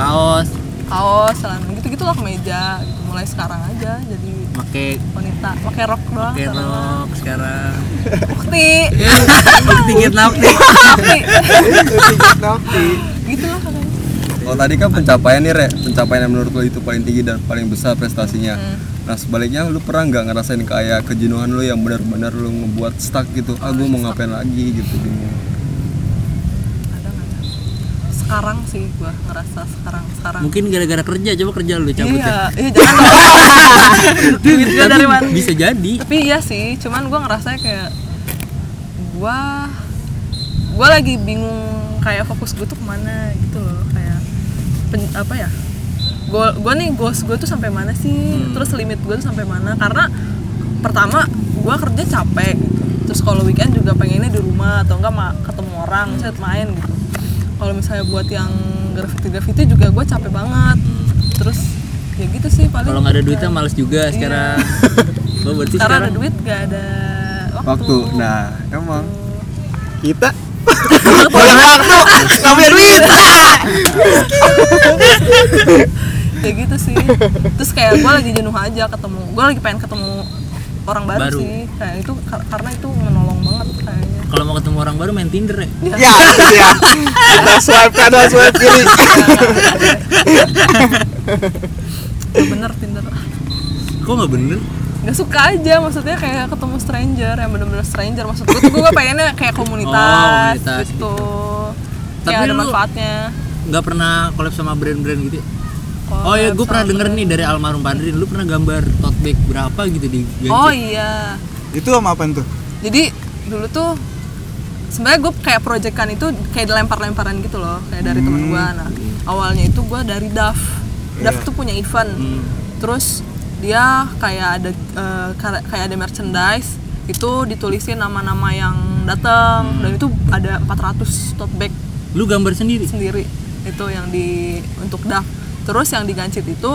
S1: Kaos,
S6: kaos celana gitu gitu lah kemeja gitu. mulai sekarang aja jadi
S1: pakai
S6: wanita pakai rok doang celana.
S1: kerok sekarang.
S6: bukti
S1: Dikit napik.
S6: Bukti.
S7: Ngerti.
S6: gitu lah katanya
S4: Kalau tadi kan pencapaian nih, Re. Pencapaian yang menurut lo itu paling tinggi dan paling besar prestasinya. Nah, sebaliknya lu pernah nggak ngerasain kayak kejenuhan lu yang benar-benar lu ngebuat stuck gitu. Ah, gua mau ngapain lagi gitu bingung.
S6: ada nggak ya? sekarang sih gua ngerasa sekarang sekarang
S1: Mungkin gara-gara kerja coba kerja lu cabut
S6: iya
S1: ya.
S6: iya jangan duit gua dari mana
S1: Bisa jadi.
S6: tapi iya sih cuman gua ngerasa kayak gua gua lagi bingung kayak fokus gua tuh kemana gitu loh kayak pen- apa ya gua gua nih goals gua tuh sampai mana sih
S1: Hmm.
S6: terus limit gua tuh sampai mana karena pertama gua kerja capek gitu terus kalau weekend juga pengennya di rumah atau enggak ma- ketemu orang
S1: Hmm.
S6: chat main gitu kalau misalnya buat yang graffiti graffiti juga gua capek banget terus ya gitu sih paling
S1: Hmm. Kalau nggak ada duitnya males juga sekarang. Lo berarti
S6: karena
S1: sekarang
S6: Iya. ada duit gak ada waktu,
S4: Waktu.
S7: Oh.
S4: Nah, emang
S7: Kita banyak waktu nggak punya duit.
S6: ya gitu sih terus kayak gue lagi jenuh aja ketemu gue lagi pengen ketemu orang baru,
S1: Baru.
S6: sih kayak itu kar- karena itu menolong banget kayaknya
S1: kalau mau ketemu orang baru main Tinder ya.
S7: Ya, iya. Ada swipe kanan, swipe kiri.
S6: Itu bener Tinder
S1: Kok nggak bener?
S6: nggak suka aja maksudnya kayak ketemu stranger yang bener-bener stranger maksud gue tuh gue pengennya kayak komunitas,
S1: Oh, komunitas.
S6: gitu
S1: Tapi
S6: kayak ada
S1: lu-
S6: manfaatnya
S1: Nggak pernah collab sama brand-brand gitu. ya?
S6: Collab
S1: oh ya, gue pernah
S6: sama
S1: denger nih dari almarhum Pandrin, lu pernah gambar tote bag berapa gitu di gadget.
S6: oh iya
S7: Itu sama apa tuh?
S6: jadi dulu tuh sebenarnya gue kayak proyekan itu kayak dilempar-lemparan gitu loh kayak dari temen gue nah awalnya itu gue dari Daf Daf tuh punya event terus dia kayak ada eh, kar- kayak ada merchandise itu ditulisin nama-nama yang datang dan itu ada 400 tote bag
S1: Lu gambar sendiri.
S6: sendiri itu yang di untuk Daf terus yang digancit itu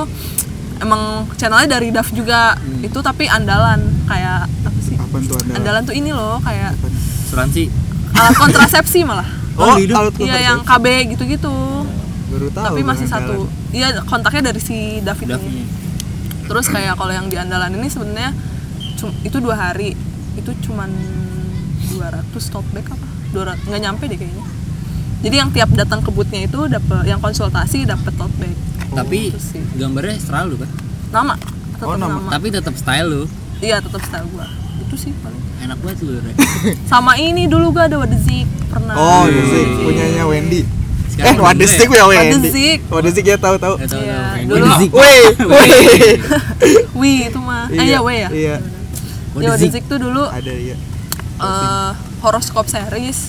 S6: emang channelnya dari Daf juga itu tapi andalan kayak apa sih
S7: Apa tuh ada?
S6: andalan tuh ini loh kayak
S1: Asuransi.
S6: alat kontrasepsi malah
S7: Oh,
S1: hidup.
S7: alat
S6: iya yang KB gitu-gitu
S7: baru tahu
S6: tapi
S7: gua
S6: masih
S7: yang
S6: satu iya kontaknya dari si David,
S1: David.
S6: ini terus kayak kalau yang di andalan ini sebenarnya cum- itu dua hari itu cuman 200 tote bag apa 200 nggak nyampe deh kayaknya jadi yang tiap datang ke boothnya itu dapat yang konsultasi dapat tote bag
S1: tapi
S6: itu sih.
S1: gambarnya style lu kan
S6: nama tetap
S7: Oh,
S6: nama,
S7: nama.
S1: tapi tetap style lu
S6: iya tetap style gua itu sih paling
S1: enak banget lu Re.
S6: sama ini dulu gua ada Wadezik pernah
S7: Oh, Wadezik
S6: Iya.
S7: punyanya Wendy.
S1: Sekarang
S7: eh, Wadezik
S1: udah
S7: punya Wendy.
S6: Wadezik.
S7: Wadezik ya tahu tahu.
S1: Nggak tahu
S6: Iya,
S1: tahu.
S6: dulu-
S1: Wadezik.
S7: Woi, woi.
S6: Wih itu mah eh iya we
S7: Iya,
S6: ya Iya,
S1: Wadezik.
S6: Wadezik tuh dulu
S7: ada ya.
S6: eh horoskop series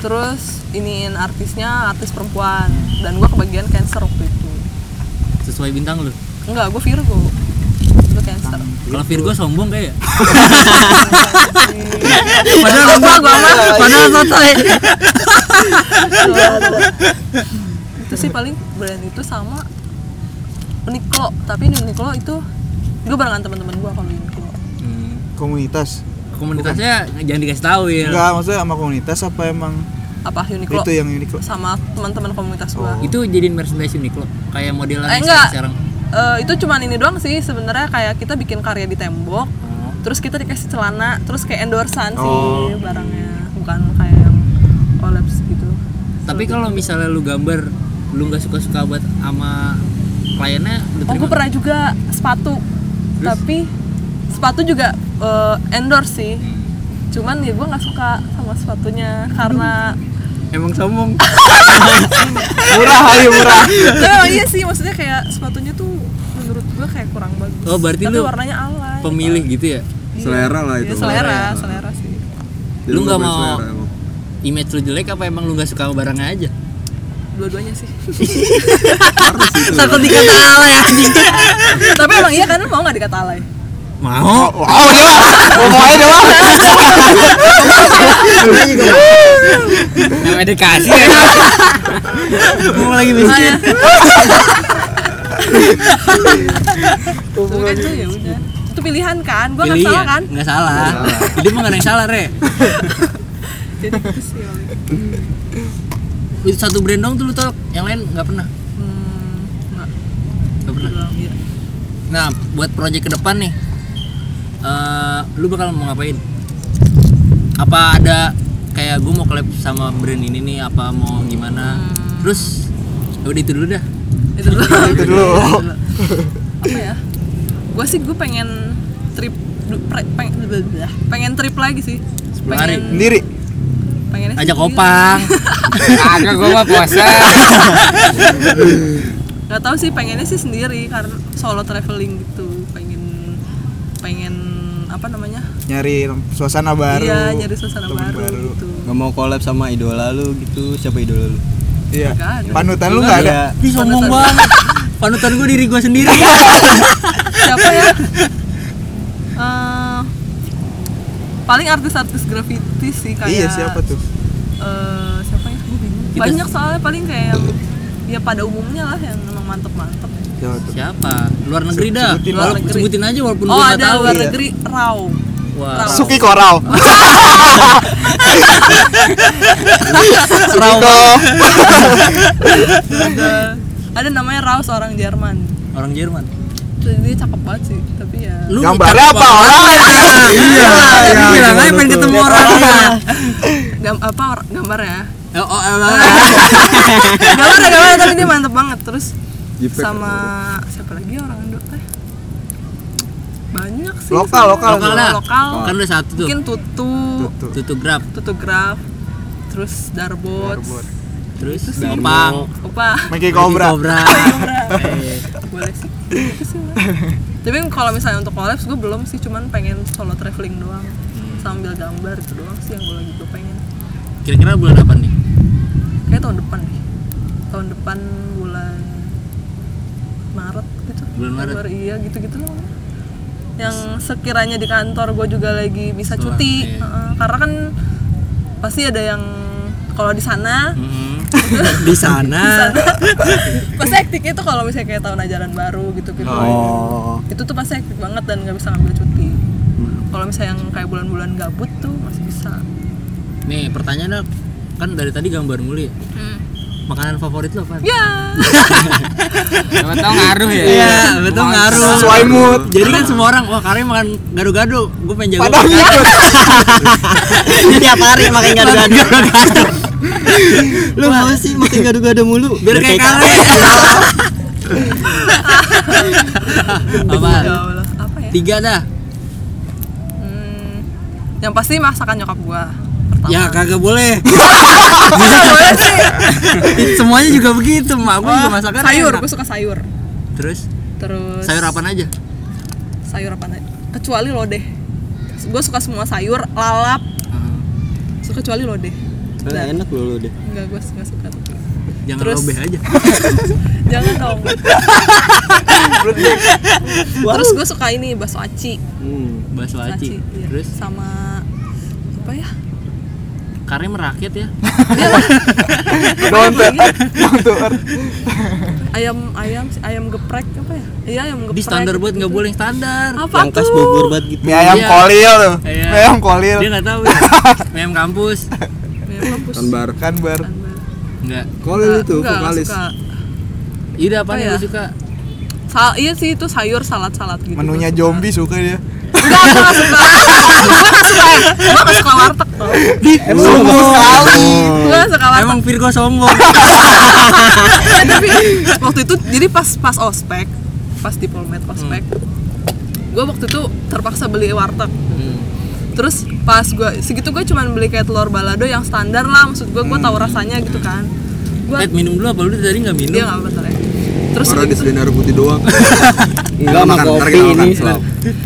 S6: terus iniin artisnya artis perempuan dan gue kebagian cancer waktu itu
S1: sesuai bintang lu
S6: enggak gue Virgo gue cancer
S1: kalau Virgo sombong kayak ya? padahal sombong gua mah padahal sotoy
S6: itu sih paling brand itu sama Uniqlo tapi di Uniqlo itu gue barengan teman-teman gue kalau di Uniqlo
S1: Hmm,
S7: Komunitas.
S1: komunitasnya jangan dikasih tahu ya
S7: Enggak, maksudnya sama komunitas apa emang
S6: apa Uniqlo
S7: itu yang Oh. Uniqlo?
S6: sama teman-teman komunitas gue
S1: itu jadiin merchandise Uniqlo kayak modelan
S6: Eh, enggak.
S1: sekarang
S6: Eh, itu cuman ini doang sih sebenarnya kayak kita bikin karya di tembok
S1: Hmm.
S6: terus kita dikasih celana terus kayak endorsean
S1: Oh.
S6: sih barangnya bukan kayak yang kolaps gitu
S1: tapi kalau misalnya lu gambar lu nggak suka suka buat sama kliennya lu
S6: oh
S1: terima
S6: gue pernah juga sepatu tapi sepatu juga eh, endorse sih
S1: Hmm.
S6: cuman ya gue nggak suka sama sepatunya karena
S1: emang sombong
S7: Murah, ayo murah.
S6: Nah, iya sih maksudnya kayak sepatunya tuh menurut gue kayak kurang bagus
S1: Oh, berarti
S6: tapi
S1: lu
S6: warnanya alay
S1: pemilih gitu ya
S4: Selera lah
S6: Iya,
S4: itu.
S6: selera selera sih
S4: Jadi
S1: Lu nggak
S4: punya
S1: mau-
S4: selera emang.
S1: image lu jelek apa emang lu nggak suka sama barangnya aja
S6: dua-duanya sih
S4: Harus itu.
S1: takut dikata alay anjing
S6: tapi emang iya kan lu mau nggak dikata alay
S1: mau
S7: Wow, udah lah. Ngomong aja doang.
S1: namanya dikasih ya mau lagi miskin
S6: Tuh kan cuy, ya udah. Itu pilihan kan, gua nggak
S1: Pilih
S6: salah
S1: ya.
S7: iya.
S6: kan?
S1: nggak salah jadi emang nggak ada yang salah re
S6: Jadi gitu sih. Oli.
S1: itu satu brand dong tuh lu tolak yang lain nggak pernah
S6: Hmm, nggak,
S1: nggak pernah
S6: belum, iya.
S1: nah buat project ke depan nih eh lu bakal mau ngapain apa ada kayak gue mau collab sama brand ini nih apa mau gimana
S6: Hmm.
S1: terus ya udah itu dulu dah
S6: Itu dulu.
S7: Nah, Itu dulu.
S6: Apa ya? Gua sih gua pengen trip du- pre- peng- pengen, trip lagi sih.
S1: Sepuluh hari.
S6: Pengen,
S7: Sendiri.
S6: pengennya
S1: ajak
S6: sendiri.
S1: opang
S5: Kagak gua mah puasa.
S6: nggak tahu sih pengennya sih sendiri karena solo traveling gitu pengen pengen apa namanya
S7: Nyari suasana baru.
S6: iya nyari suasana
S7: temen
S6: baru, gitu
S4: Nggak mau collab sama idola lu gitu. Siapa idola lu?
S7: Iya.
S6: Nggak ada.
S7: Panutan lu enggak ada.
S1: Ih sombong banget panutan gue diri gue sendiri
S6: siapa ya Eh, paling artis-artis graffiti sih kayak
S7: Iya, siapa tuh?
S6: eh, siapa ya Gua bingung.
S1: Kita-
S6: banyak soalnya paling kayak yang ya pada umumnya lah yang emang mantep-mantep
S7: Siapa tuh?
S1: siapa luar negeri dah
S7: Sebutin
S1: Walaupun-
S6: luar negeri.
S1: sebutin aja walaupun
S6: oh
S1: gue nggak
S6: ada
S1: tahu Ah.
S6: luar
S7: Iya.
S6: negeri Rau
S1: Wah,
S6: Rau.
S7: Suki Koral.
S1: Rau.
S6: ada ada namanya Rau seorang Jerman
S1: orang Jerman
S6: Terus dia cakep banget sih tapi ya
S1: lu
S7: Gambarnya
S1: cakep
S7: apa
S1: banget.
S7: orangnya?
S1: iya
S7: Ah, ya,
S1: lu bilang aja pengen ketemu orangnya
S6: gam apa or- ya? gambarnya
S1: Eh, oh, eh, eh,
S6: gambarnya gambarnya ya, tapi dia mantep banget terus
S4: Jipek.
S6: sama siapa lagi ya orang Indo teh banyak sih
S7: Lokal,
S6: sebenarnya.
S7: lokal.
S1: Lokal dah.
S6: lokal
S1: eh. kan udah satu tuh
S6: mungkin tutu
S7: Tutu.
S1: tutup grab
S6: tutu graf terus darbot
S7: Darbot.
S1: terus opang Eh.
S6: opa
S7: Maki Cobra.
S1: kobra
S6: boleh sih Itu sih, Mas. tapi kalau misalnya untuk collabs gue belum sih cuman pengen solo traveling doang
S1: Hmm.
S6: sambil gambar itu doang sih yang gue lagi gue pengen
S1: kira-kira bulan apa nih
S6: kayak tahun depan deh tahun depan bulan Maret gitu
S1: Bulan Maret.
S6: Februari, iya gitu-gitu loh yang sekiranya di kantor gue juga lagi bisa cuti
S1: iya.
S6: Heeh, karena kan pasti ada yang kalau di sana
S1: Mm-mm.
S2: Hmm.
S1: di sana
S6: pasti hektiknya itu kalau misalnya kayak tahun ajaran baru gitu-gitu
S7: Oh.
S1: iya.
S6: itu tuh pasti hektik banget dan nggak bisa ngambil cuti
S1: Hmm.
S6: kalau misalnya yang kayak bulan-bulan gabut tuh masih bisa
S2: Hmm.
S1: nih pertanyaannya kan dari tadi gambar mulu ya. makanan favorit lo
S2: Iya.
S1: apa?
S6: Ya.
S5: Siapa tahu ngaruh ya.
S1: Iya, betul ngaruh.
S7: Sesuai mood.
S1: Jadi kan semua orang, wah Karim makan gado-gado, gue pengen jago.
S7: Padahal ikut.
S2: tiap hari makan gado-gado lu mau sih makan gado-gado mulu
S1: Biar kayak Karim. Apa?
S2: Iya.
S6: Ya Allah, apa ya?
S1: Tiga dah.
S6: Hmm, yang pasti masakan nyokap gua. Pertama.
S1: Ya kagak boleh. Semuanya juga begitu, mak gue juga Iya, masakan
S6: Ah, Oh, sayur,
S1: enak.
S6: gua suka sayur.
S1: Terus
S6: Terus
S1: sayur apa aja?
S6: Sayur apa? Kecuali lodeh. Gua suka semua sayur,
S1: Ah.
S6: lalap, suka kecuali lodeh.
S1: Eh,
S2: Nah, enak lu lu deh
S6: Enggak, gua nggak suka.
S1: Jangan
S6: Terus-
S1: lobeh aja.
S6: Jangan dong. Terus gua suka ini bakso aci.
S1: Bakso
S6: Bakso
S1: aci.
S6: iya.
S1: Terus
S6: sama apa ya?
S1: Karim merakyat ya.
S7: Nonton.
S6: Ayam ayam ayam geprek apa ya? Iya ayam geprek.
S1: Di standar buat nggak boleh yang standar.
S6: Apa
S2: yang khas
S6: tuh?
S2: Bogor banget gitu
S7: Mie ayam
S1: Iya.
S7: kolil tuh.
S1: Iya.
S7: Mie ayam kolil.
S1: Dia nggak tahu ya. Mem kampus.
S6: Memang kampus.
S4: Kanbar.
S7: Kan bar.
S1: Enggak.
S4: Kolil itu
S6: Enggak,
S4: vokalis.
S6: suka.
S1: Iya apa
S6: Oh,
S1: nih
S6: ya.
S1: lu suka?
S6: Sal- iya sih itu sayur salad-salad gitu.
S7: Menunya
S6: Gua suka.
S7: zombie suka dia.
S6: Enggak, gua nggak suka. Gua nggak suka. Gua nggak suka warteg tau.
S7: Sombong
S1: Oh.
S7: sekali.
S6: Gua nggak suka warteg.
S1: Emang Virgo sombong.
S6: Tapi waktu itu jadi pas pas ospek, pas di Polmed ospek, gua waktu itu terpaksa beli warteg. Terus pas gua segitu gua cuman beli kayak telur balado yang standar lah, maksud gua gua tahu rasanya gitu kan. Gua
S1: Eh minum dulu apa lu tadi nggak
S6: dia
S1: minum?
S6: nggak betul ya. Terus
S4: Orang
S6: segitu-
S4: disediain air putih doang.
S2: enggak sama
S4: Makan, ntar
S2: kopi
S4: kita makan,
S2: ini
S4: selalu.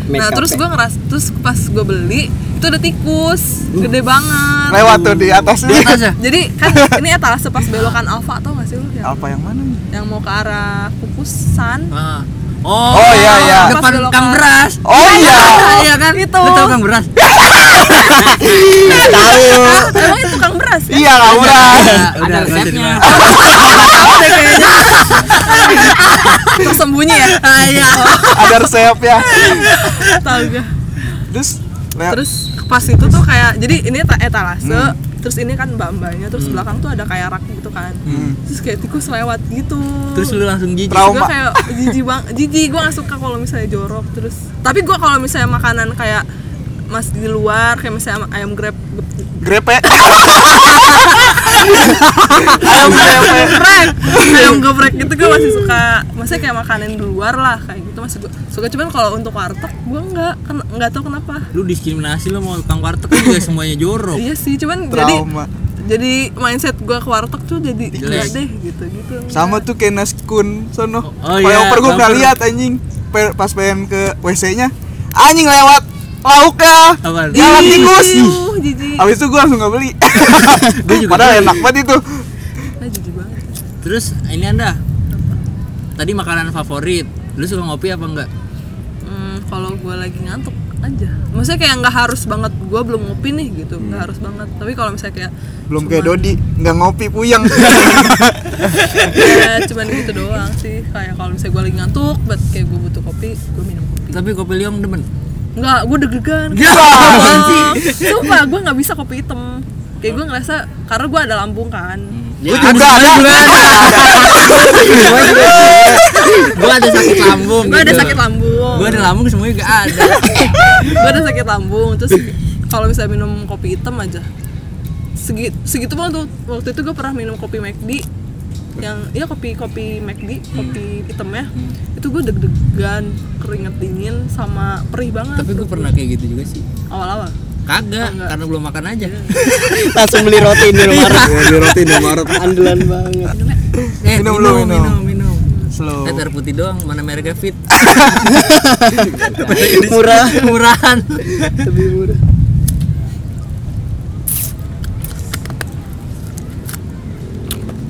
S2: Make
S6: nah
S2: up
S6: terus
S2: ya.
S6: gua ngeras terus pas gua beli itu ada tikus gede banget
S7: Lewat tuh di atas
S1: Di
S7: nih.
S1: atas ya?
S6: jadi kan ini etalase pas belokan Alfa tau gak sih lu Ya. yang,
S7: Apa yang mana nih?
S6: yang mau ke arah Kukusan
S1: Ah. Oh,
S7: Oh, iya, iya.
S1: Depan
S6: Pas belokan.
S1: kang beras.
S7: Oh iya.
S1: Ah, iya kan?
S6: Itu.
S1: Lu tau kang beras?
S6: ah, emang itu tukang beras kan?
S7: Iya lah udah.
S1: Udah,
S5: Ada
S1: nggak usah
S5: resepnya.
S1: dibahas.
S6: tersembunyi ya iya
S7: Ada resep ya.
S6: tau gua
S7: Terus lewat
S6: terus pas itu tuh kayak jadi ini ta- etalase terus ini kan mbak-mbaknya terus belakang tuh ada kayak rak gitu kan terus kayak tikus lewat gitu
S1: Terus lu langsung jijik.
S7: Trauma.
S6: gue kayak jijik bang jijik gue nggak suka kalau misalnya jorok terus tapi gue kalau misalnya makanan kayak mas di luar kayak misalnya ayam grab
S1: Eh,
S7: grepe. Ayam grepe.
S6: geprek ayam geprek gitu gue masih suka maksudnya kayak makanan di luar lah kayak gitu masih gue suka cuman kalau untuk warteg gue nggak ken- nggak tahu kenapa
S1: Lu diskriminasi lu mau tukang warteg kan juga semuanya jorok.
S6: iya sih cuman jadi
S7: Trauma.
S6: jadi mindset gue ke warteg tuh jadi enggak
S1: Jelek.
S6: deh gitu gitu
S7: Sama tuh Kenas Kun sono.
S1: Oh, iya,
S7: Flyover gua pernah
S1: flyover.
S7: lihat anjing. Pe- Pas pengen ke WC-nya, anjing lewat lauknya.
S1: Apaan?
S7: Jalan tikus.
S6: Iuh, jijik
S7: Abis itu gua langsung gak beli.
S1: Gua juga
S7: Padahal enak banget itu.
S6: Ah, jijik banget
S1: Terus ini Anda. Tadi makanan favorit. Lu suka ngopi apa enggak?
S6: Hmm, kalau gue lagi ngantuk aja. Maksudnya kayak nggak harus banget gue belum ngopi nih gitu, nggak harus banget. Tapi kalau misalnya kayak
S7: Belum kayak Dodi, nggak ngopi puyeng.
S6: ya, cuman gitu doang sih. Kayak kalau misalnya gue lagi ngantuk, buat kayak gue butuh kopi, gue minum kopi.
S1: Tapi kopi liong demen.
S6: Nggak, gue deg-degan.
S1: Ya, apaan sih?
S6: Sumpah, Sumpah, gue nggak bisa kopi hitam. Kayak gue ngerasa karena gue ada lambung kan.
S1: Ya, juga ada. Gua ada sakit lambung.
S6: Gue ada
S1: gitu.
S6: sakit lambung.
S1: Gua ada lambung semuanya gak ada.
S6: gue ada sakit lambung terus kalau misalnya minum kopi hitam aja Segi, segitu banget tuh waktu itu gue pernah minum kopi McD yang ya kopi kopi McD kopi hitam ya itu gue deg-degan keringet dingin sama perih banget
S1: Tapi gua pernah kayak gitu juga sih.
S6: awal-awal
S1: Kagak, karena belum makan aja.
S2: langsung beli roti ini Indomaret
S4: Iya, di roti Indomaret.
S2: andalan banget
S1: Eh,
S7: Minum lu, minum. Oh.
S1: minum.
S7: Slow.
S1: Eh, air putih doang, mana mereknya fit.
S2: murah
S1: Murahan.
S2: lebih murah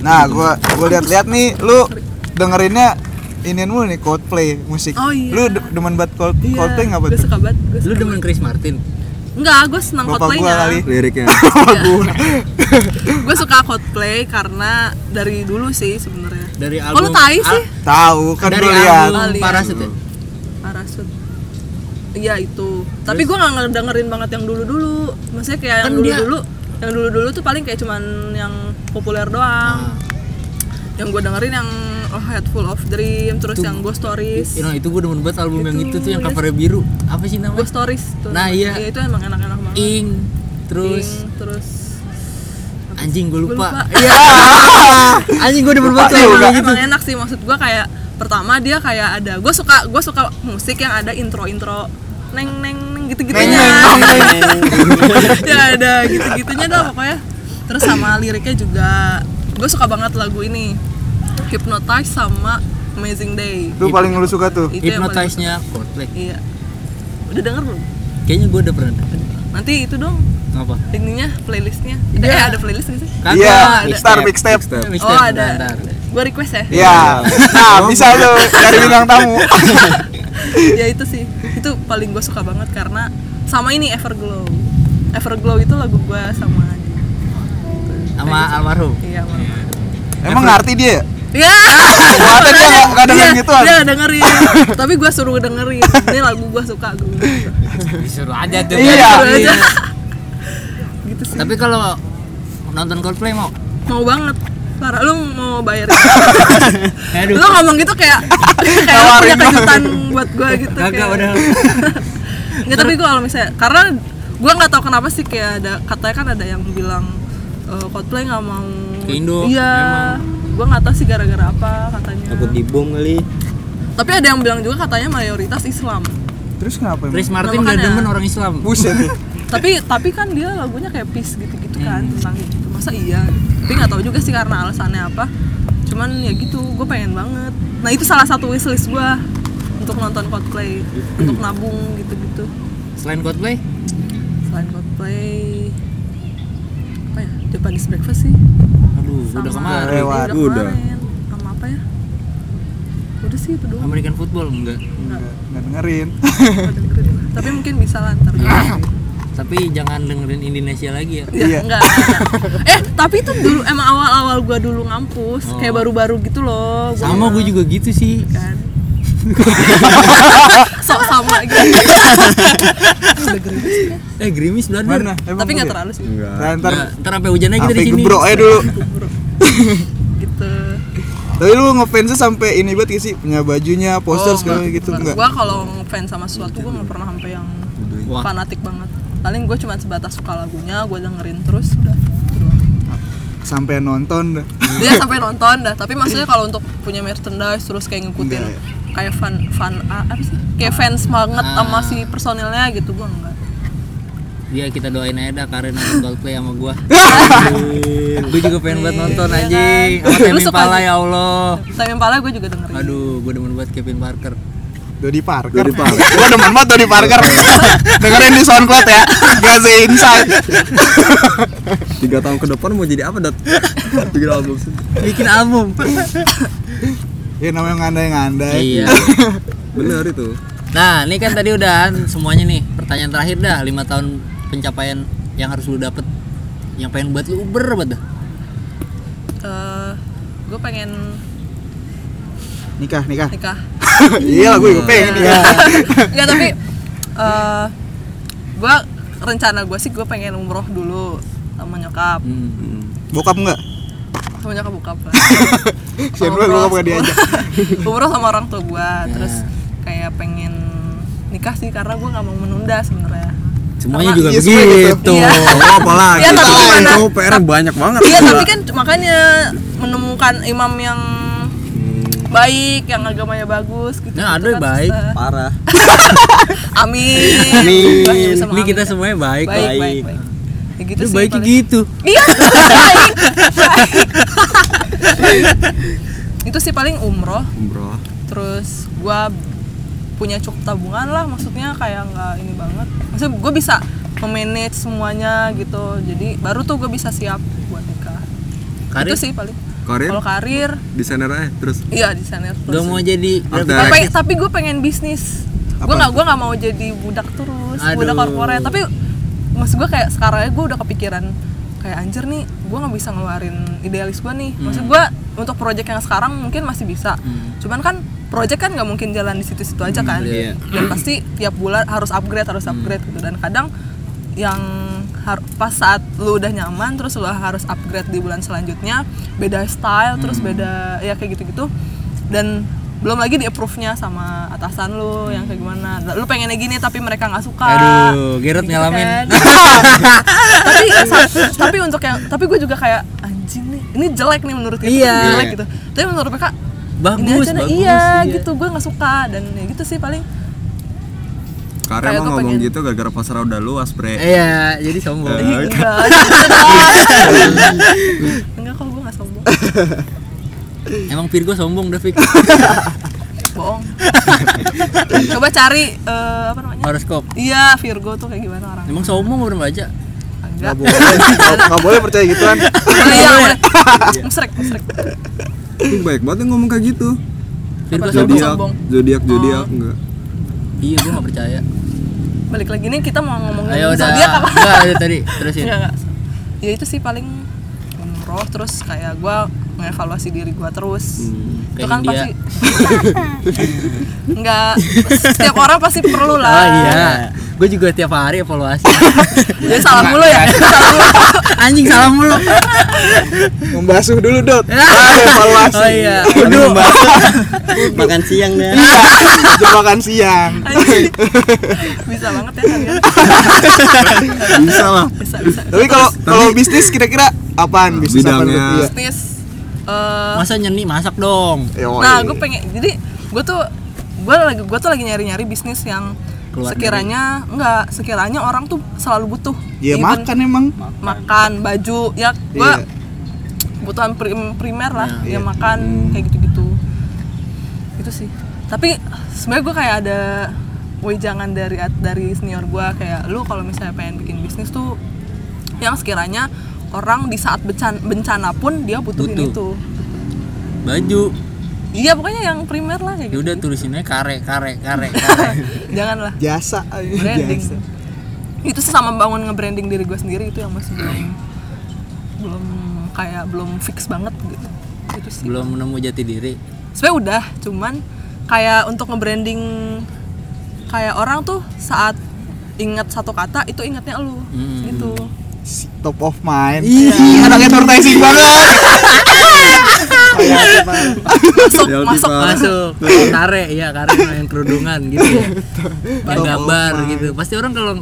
S7: Nah, gua gua lihat-lihat nih lu dengerinnya inian mulu nih Coldplay musik.
S6: Oh, iya.
S7: Lu de- demen banget Cold-
S6: Iya,
S7: Coldplay nggak
S6: gue
S7: betul?
S6: suka banget gue
S1: Lu
S6: suka
S1: demen Chris Martin?
S6: enggak gue senang
S7: Bapak
S6: Coldplay
S7: gua kali.
S4: Liriknya.
S6: gue suka Coldplay karena dari dulu sih sebenarnya
S1: Dari
S6: Kok Oh, lu
S1: album
S6: tai
S1: al-
S6: sih?
S7: Tahu kan
S1: Dari
S7: lu lihat.
S1: album
S6: Lihat.
S1: Parasit ya?
S6: Parasut Iya itu Tapi gue gak ngedengerin banget yang dulu-dulu Maksudnya kayak yang
S1: Kan dia- Ah.
S6: dulu-dulu Yang dulu-dulu tuh paling kayak cuman yang populer doang yang gue dengerin yang oh, Head Full of Dream terus yang Ghost Stories
S1: Nah, itu gue demen banget album yang
S6: Itu,
S1: itu tuh yang
S6: ya.
S1: covernya biru. Apa sih namanya?
S6: Ghost Stories tuh
S1: Nah, iya.
S6: itu emang enak-enak banget
S1: Ing. Terus
S6: Pink, terus
S1: anjing gue
S6: Gua lupa.
S1: lupa. Iya. anjing gue demen banget album
S6: Emang-
S1: yang gitu.
S6: emang enak sih maksud gua kayak pertama dia kayak ada gue suka gue suka musik yang ada intro intro neng neng neng gitu gitunya ya ada gitu gitunya dah pokoknya terus sama liriknya juga gue suka banget lagu ini hypnotize sama amazing day
S7: Itu paling lu suka tuh.
S6: itu yang paling-
S1: Hypnotize-nya Coldplay.
S6: iya udah denger belum
S1: Kayaknya gue udah pernah denger.
S6: nanti itu dong
S1: Apa?
S6: ininya playlistnya ada eh, ada playlist nggak sih
S1: Kagak,
S7: Iya,
S1: ada.
S7: Star Big Step.
S4: Step.
S1: Mixtape,
S6: oh ada
S1: bentar.
S6: gue request ya
S7: Iya. Nah, bisa lu cari bintang tamu.
S6: ya itu sih itu paling gue suka banget karena sama ini Everglow Everglow itu lagu gue sama dia.
S1: Sama almarhum.
S6: iya sama
S7: Emang ngerti dia ya?
S6: Iya.
S7: Gua ada dia nggak- nggak dengerin
S6: Iya,
S7: gituan.
S6: Iya, dengerin. Tapi gue suruh dengerin. Ini lagu gue suka gue.
S5: disuruh aja tuh
S7: Iya.
S6: Suruh aja. gitu sih.
S1: Tapi kalau nonton Coldplay mau
S6: Mau banget. Parah lu mau bayar. lu ngomong gitu kayak kayak lu punya
S7: Tawarin banget.
S6: kejutan buat gue gitu.
S1: Kagak
S6: kayak-
S1: udah.
S6: Nggak, tapi gue kalau misalnya karena gue nggak tahu kenapa sih kayak ada katanya kan ada yang bilang eh, Coldplay nggak mau
S1: Ke Indo,
S6: Iya. Gue nggak tahu sih gara-gara apa katanya.
S3: takut dibom kali
S6: Tapi ada yang bilang juga katanya mayoritas Islam.
S7: Terus kenapa emang?
S1: Chris Martin
S6: Nah,
S1: gak
S6: makanya.
S1: demen orang Islam.
S7: Buset nih.
S6: tapi tapi kan dia lagunya kayak peace gitu-gitu
S1: Hmm.
S6: kan tentang gitu. Masa iya? Tapi nggak tahu juga sih karena alasannya apa. Cuman ya gitu, gue pengen banget. Nah itu salah satu wishlist gue untuk nonton Coldplay, untuk nabung gitu-gitu.
S1: Selain Coldplay,
S6: Selain Coldplay, apa ya? The Panis Breakfast sih.
S1: aduh udah kemarin.
S7: lewat.
S6: Udah.
S4: Udah.
S6: kemarin. Sama apa ya? Udah sih itu doang.
S1: American football enggak.
S7: Nggak nggak dengerin.
S6: Nggak dengerin lah. Tapi mungkin bisa lah ntar gue
S1: Tapi jangan dengerin Indonesia lagi ya.
S6: Ya,
S7: Iya.
S6: enggak. eh, tapi itu dulu emang awal-awal gua dulu ngampus,
S7: Oh.
S6: kayak baru-baru gitu loh. Gua
S1: Sama gue juga gitu sih.
S6: kan. Sok sama gitu.
S1: Eh gerimis
S7: Mana?
S1: brother.
S7: Emang
S6: tapi nggak
S7: dia?
S6: terlalu sih
S4: enggak
S7: Nah, ntar
S1: Nggak, ntar sampai hujan aja kita
S7: sampai
S1: di sini.
S7: gebrok aja dulu.
S6: gitu.
S7: Tapi lu ngefansnya sampai ini banget gak sih punya bajunya, poster segala gitu enggak?
S6: Oh, Gua kalau fans sama sesuatu gua nggak pernah sampai yang
S1: Wah.
S6: fanatik banget. Paling gua cuma sebatas suka lagunya, gua dengerin terus udah. Gitu.
S7: Sampai nonton dah.
S6: Dia sampai nonton dah, tapi maksudnya kalau untuk punya merchandise terus kayak ngikutin
S7: Nggak, ya.
S6: kayak fan fan ah, apa sih? Kayak fans banget
S7: Ah.
S6: sama si personilnya gitu gua enggak.
S1: Iya kita doain aja dah Karen nonton Coldplay sama gue. gue juga pengen buat nonton
S6: Iya
S1: anjing.
S6: kan?
S1: Sama Temi
S6: Lu suka
S1: Pala
S6: sih.
S1: ya Allah.
S6: Tapi Impala gue juga dengerin.
S1: Aduh, gue demen buat Kevin Parker.
S7: Dodi Parker. Dodi Parker. Gua demen banget Dodi Parker. Dengerin di SoundCloud ya. Gak sih insight.
S4: tiga tahun ke depan mau jadi apa dat bikin album sih
S1: Bikin album.
S7: Ya namanya ngandai-ngandai.
S1: iya.
S4: bener itu
S1: Nah, ini kan tadi udah semuanya nih. Pertanyaan terakhir dah, lima tahun pencapaian yang harus lu dapet yang pengen buat lu uber banget dah.
S6: Eh, gue pengen
S7: Nikah, nikah.
S6: nikah.
S7: Iya lah gue juga pengen nikah.
S6: Enggak tapi eh gue rencana gue sih gue pengen umroh dulu sama nyokap,
S7: Hmm. Bokap enggak?
S6: sama nyokap bokap lah.
S7: Sian banget bokap enggak diajak.
S6: umroh sama orang tua gue,
S7: Iya.
S6: terus kayak pengen nikah sih karena gue nggak mau menunda sebenarnya.
S1: Semuanya
S6: Sama-
S1: juga
S7: iya, semuanya gitu.
S1: begitu.
S6: Iya.
S4: oh apalagi
S6: Iya, tapi gimana?
S4: kamu PR banyak banget
S6: Iya
S4: Gila.
S6: tapi kan makanya menemukan imam yang Hmm. baik, yang agamanya bagus gitu.
S1: Nah, ada yang baik.
S3: parah
S6: Amin. Gua hanya bisa
S1: Ini kita
S6: mengaminkan.
S1: semuanya Iya, baik.
S6: baik
S1: kok.
S6: baik baik ya gitu
S1: Lu
S6: sih
S1: baiknya
S6: paling.
S1: gitu.
S6: iya baik, baik. itu sih paling umroh
S4: bro
S6: terus gua punya cukup tabungan lah maksudnya kayak nggak ini banget maksudnya gue bisa memanage semuanya gitu jadi baru tuh gue bisa siap buat nikah
S1: Karir?
S6: itu sih paling
S4: Karir?
S6: kalau karir
S4: desainer aja terus
S6: iya desainer
S1: Gak
S6: terus
S1: mau jadi
S4: Ada.
S1: graphic
S6: tapi
S1: artist.
S6: tapi gue pengen bisnis gue nggak gue nggak mau jadi budak terus budak
S1: Aduh.
S6: korporat tapi maksud gue kayak sekarang gue udah kepikiran kayak anjir nih gue nggak bisa ngeluarin idealis gue nih maksud gue untuk project yang sekarang mungkin masih bisa cuman kan project kan nggak mungkin jalan di situ-situ aja kan dan pasti tiap bulan harus upgrade harus upgrade gitu dan kadang yang har- pas saat lu udah nyaman terus lu harus upgrade di bulan selanjutnya beda style terus beda ya kayak gitu-gitu dan belum lagi di approve nya sama atasan lu yang kayak gimana lu pengennya gini tapi mereka nggak suka
S1: Aduh, Gerard
S6: Gitu
S1: nyalamin.
S6: kan. tapi tapi untuk yang tapi gue juga kayak anjing nih ini jelek nih menurut kita
S1: Iya.
S6: jelek gitu tapi menurut mereka ini
S1: Ah, Bagus,
S6: aja nih,
S1: bagus,
S6: iya, gitu gue nggak suka dan ya gitu sih paling
S4: Karena
S6: Kayak
S4: emang
S6: gua
S4: ngomong
S6: pengen-
S4: gitu gara-gara pasar udah luas, Bre.
S1: Iya, jadi sombong.
S4: Eh,
S6: enggak gitu dong. enggak kok gue nggak sombong
S1: Emang Virgo sombong, Davik.
S6: bohong coba cari eh, apa namanya
S1: Horoskop.
S6: iya Virgo tuh kayak gimana orang
S1: Emang sombong belum aja?
S6: enggak
S2: Nggak boleh, nggak nggak boleh percaya gituan.
S6: iya boleh mesrek mesrek
S4: Ih, baik banget yang ngomong kayak gitu.
S1: Virgo
S6: Sombong,
S1: sombong.
S4: Zodiak,
S6: sombong. Oh.
S4: zodiak, zodiak enggak.
S1: Iya, gua gak percaya.
S6: balik lagi nih kita mau ngomongin
S1: Ayo udah.
S6: Oh, zodiak apa
S1: Enggak, ada tadi. Terusin.
S6: Enggak, enggak. Iya, ya itu sih paling umroh terus kayak gua ngevaluasi diri gua terus
S1: Hmm, kayak
S6: itu kan
S1: India.
S6: pasti nggak setiap orang pasti perlu lah
S1: Oh iya. Gue juga tiap hari evaluasi.
S6: jadi salah mulu ya salah mulu
S1: Anjing salah mulu.
S2: Membasuh dulu, Dot.
S1: Ah,
S2: evaluasi.
S1: Oh iya.
S2: Aduh,
S3: Makan siang deh.
S2: jebakan siang.
S6: Anjing. bisa banget ya kalian
S4: Bisa lah.
S6: bisa bisa
S2: Tapi kalau kalau bisnis kira-kira apaan bisnis apa Dot?
S4: Bidangnya.
S2: Iya.
S6: bisnis eh,
S1: Masa nyeni masak dong.
S7: Iya.
S2: Yoi.
S6: nah gue pengen jadi gue tuh gue lagi gue tuh lagi nyari nyari bisnis yang
S1: Keluar dari-
S6: sekiranya nggak sekiranya orang tuh selalu butuh
S7: Iya,
S2: Ya
S6: Even-
S2: makan emang.
S6: makan baju ya gue
S2: Iya.
S6: kebutuhan prim- primer lah
S2: Iya.
S6: ya makan kayak gitu-gitu itu sih tapi sebenarnya gue kayak ada wejangan dari dari senior gue kayak lu kalau misalnya pengen bikin bisnis tuh yang sekiranya orang di saat bencan- bencana pun dia butuhin
S1: Butuh.
S6: itu
S1: Baju.
S6: iya pokoknya yang primer lah kayak
S1: Ya
S6: gitu
S1: udah tulisinnya kare kare kare kare.
S2: Iya.
S6: janganlah
S2: Jasa. ayo,
S6: branding
S2: Jasa.
S6: itu sih sama bangun nge-branding diri gue sendiri itu yang masih belum belum kayak belum fix banget gitu itu sih
S1: Belum menemu jati diri.
S6: sebenarnya udah cuman kayak untuk nge-branding kayak orang tuh saat ingat satu kata itu ingatnya lu gitu
S2: Si- Top of mind. Iya,
S6: Iya.
S2: Anak advertising banget. Kayak apa?
S6: masuk
S4: Realty
S6: masuk
S4: Park.
S1: Masuk. Kare, iya kare main kerudungan gitu. ya. Yang
S2: Tolong,
S1: gambar
S2: Pak.
S1: gitu. Pasti orang kalau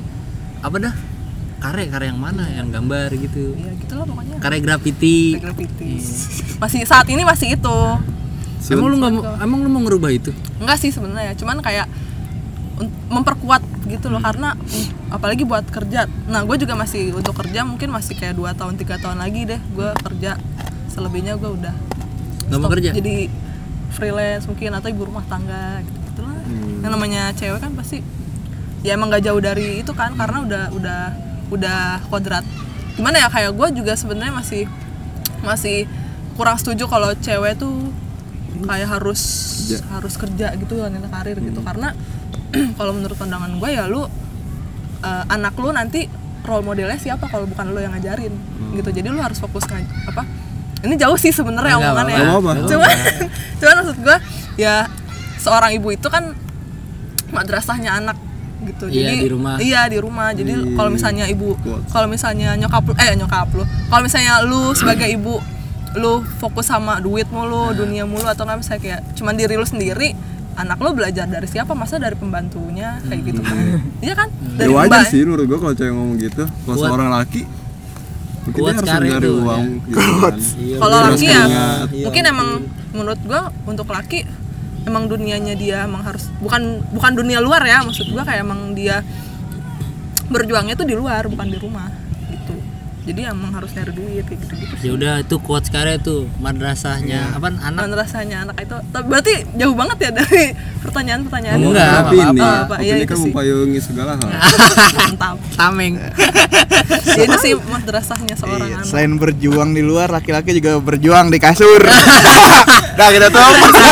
S1: apa dah? Kare, kare yang mana? Yang gambar gitu.
S6: ya gitu lah pokoknya
S1: Kare graffiti.
S6: graffiti masih saat ini masih itu
S1: Emang lu nggak mau- emang lu mau ngerubah itu?
S6: enggak sih sebenarnya cuman kayak un- memperkuat gitu loh karena mm, apalagi buat kerja nah gue juga masih untuk kerja mungkin masih kayak dua tahun tiga tahun lagi deh gue kerja selebihnya gue udah
S1: Nggak mau
S6: stop
S1: kerja?
S6: jadi freelance mungkin atau ibu rumah tangga gitu gitulah yang namanya cewek kan pasti ya emang gak jauh dari itu kan karena udah udah udah kodrat gimana ya kayak gue juga sebenarnya masih masih kurang setuju kalau cewek tuh kayak harus harus kerja gitu wanita karir gitu karena kalau menurut pandangan gue ya lu eh, anak lu nanti role modelnya siapa kalau bukan lu yang ngajarin
S1: Hmm.
S6: gitu jadi lu harus fokus ngaj- apa ini jauh sih sebenarnya
S1: Nggak
S6: omongannya
S1: apa-apa.
S4: Nggak
S1: apa-apa.
S6: cuman cuman maksud gue ya seorang ibu itu kan madrasahnya anak gitu
S1: Iya,
S6: jadi
S1: di rumah.
S6: iya di rumah jadi kalau misalnya ibu kalau misalnya nyokap lu eh nyokap lu kalau misalnya lu sebagai ibu lu fokus sama duit
S1: Iya.
S6: mulu dunia mulu atau nggak misalnya kayak cuman diri lu sendiri anak lu belajar dari siapa masa dari pembantunya kayak
S1: Hmm.
S6: gitu kan iya kan
S4: Ya
S6: dari
S4: wajar
S6: mbak-
S4: sih menurut gua kalau cewek ngomong gitu Kalau
S1: Kuat.
S4: seorang laki Mungkin
S1: Kuat
S4: dia harus
S1: sekali
S4: mencari
S1: tuh, ya.
S4: uang
S6: iya.
S4: gitu kan
S6: kalau
S4: Terus
S6: laki ya
S4: keringat.
S6: mungkin emang menurut gua untuk laki emang dunianya dia emang harus bukan bukan dunia luar ya maksud gua kayak emang dia berjuangnya tuh di luar bukan di rumah gitu jadi emang harus cari duit kayak gitu gitu
S1: Ya udah itu quotes kare tuh madrasahnya apa anak
S6: Dan rasanya anak itu tapi berarti jauh banget ya dari pertanyaan-pertanyaan
S1: Ngomong
S6: Enggak,
S4: Tapi
S6: apa-apa,
S4: ini,
S6: apa-apa. Iya,
S4: ini
S6: itu
S4: kan
S6: sih.
S4: mempayungi segala hal
S6: mantap
S1: tameng.
S6: Ya, itu sih madrasahnya seorang
S2: Iya,
S6: anak
S2: Selain berjuang di luar, laki-laki juga berjuang di kasur. Nah. Dah Nah, kita tutup.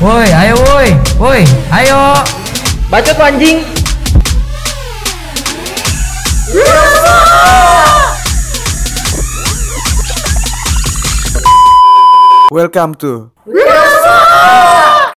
S1: Woi, ayo woi. Woi, ayo. Bacot lu, anjing.
S7: Welcome to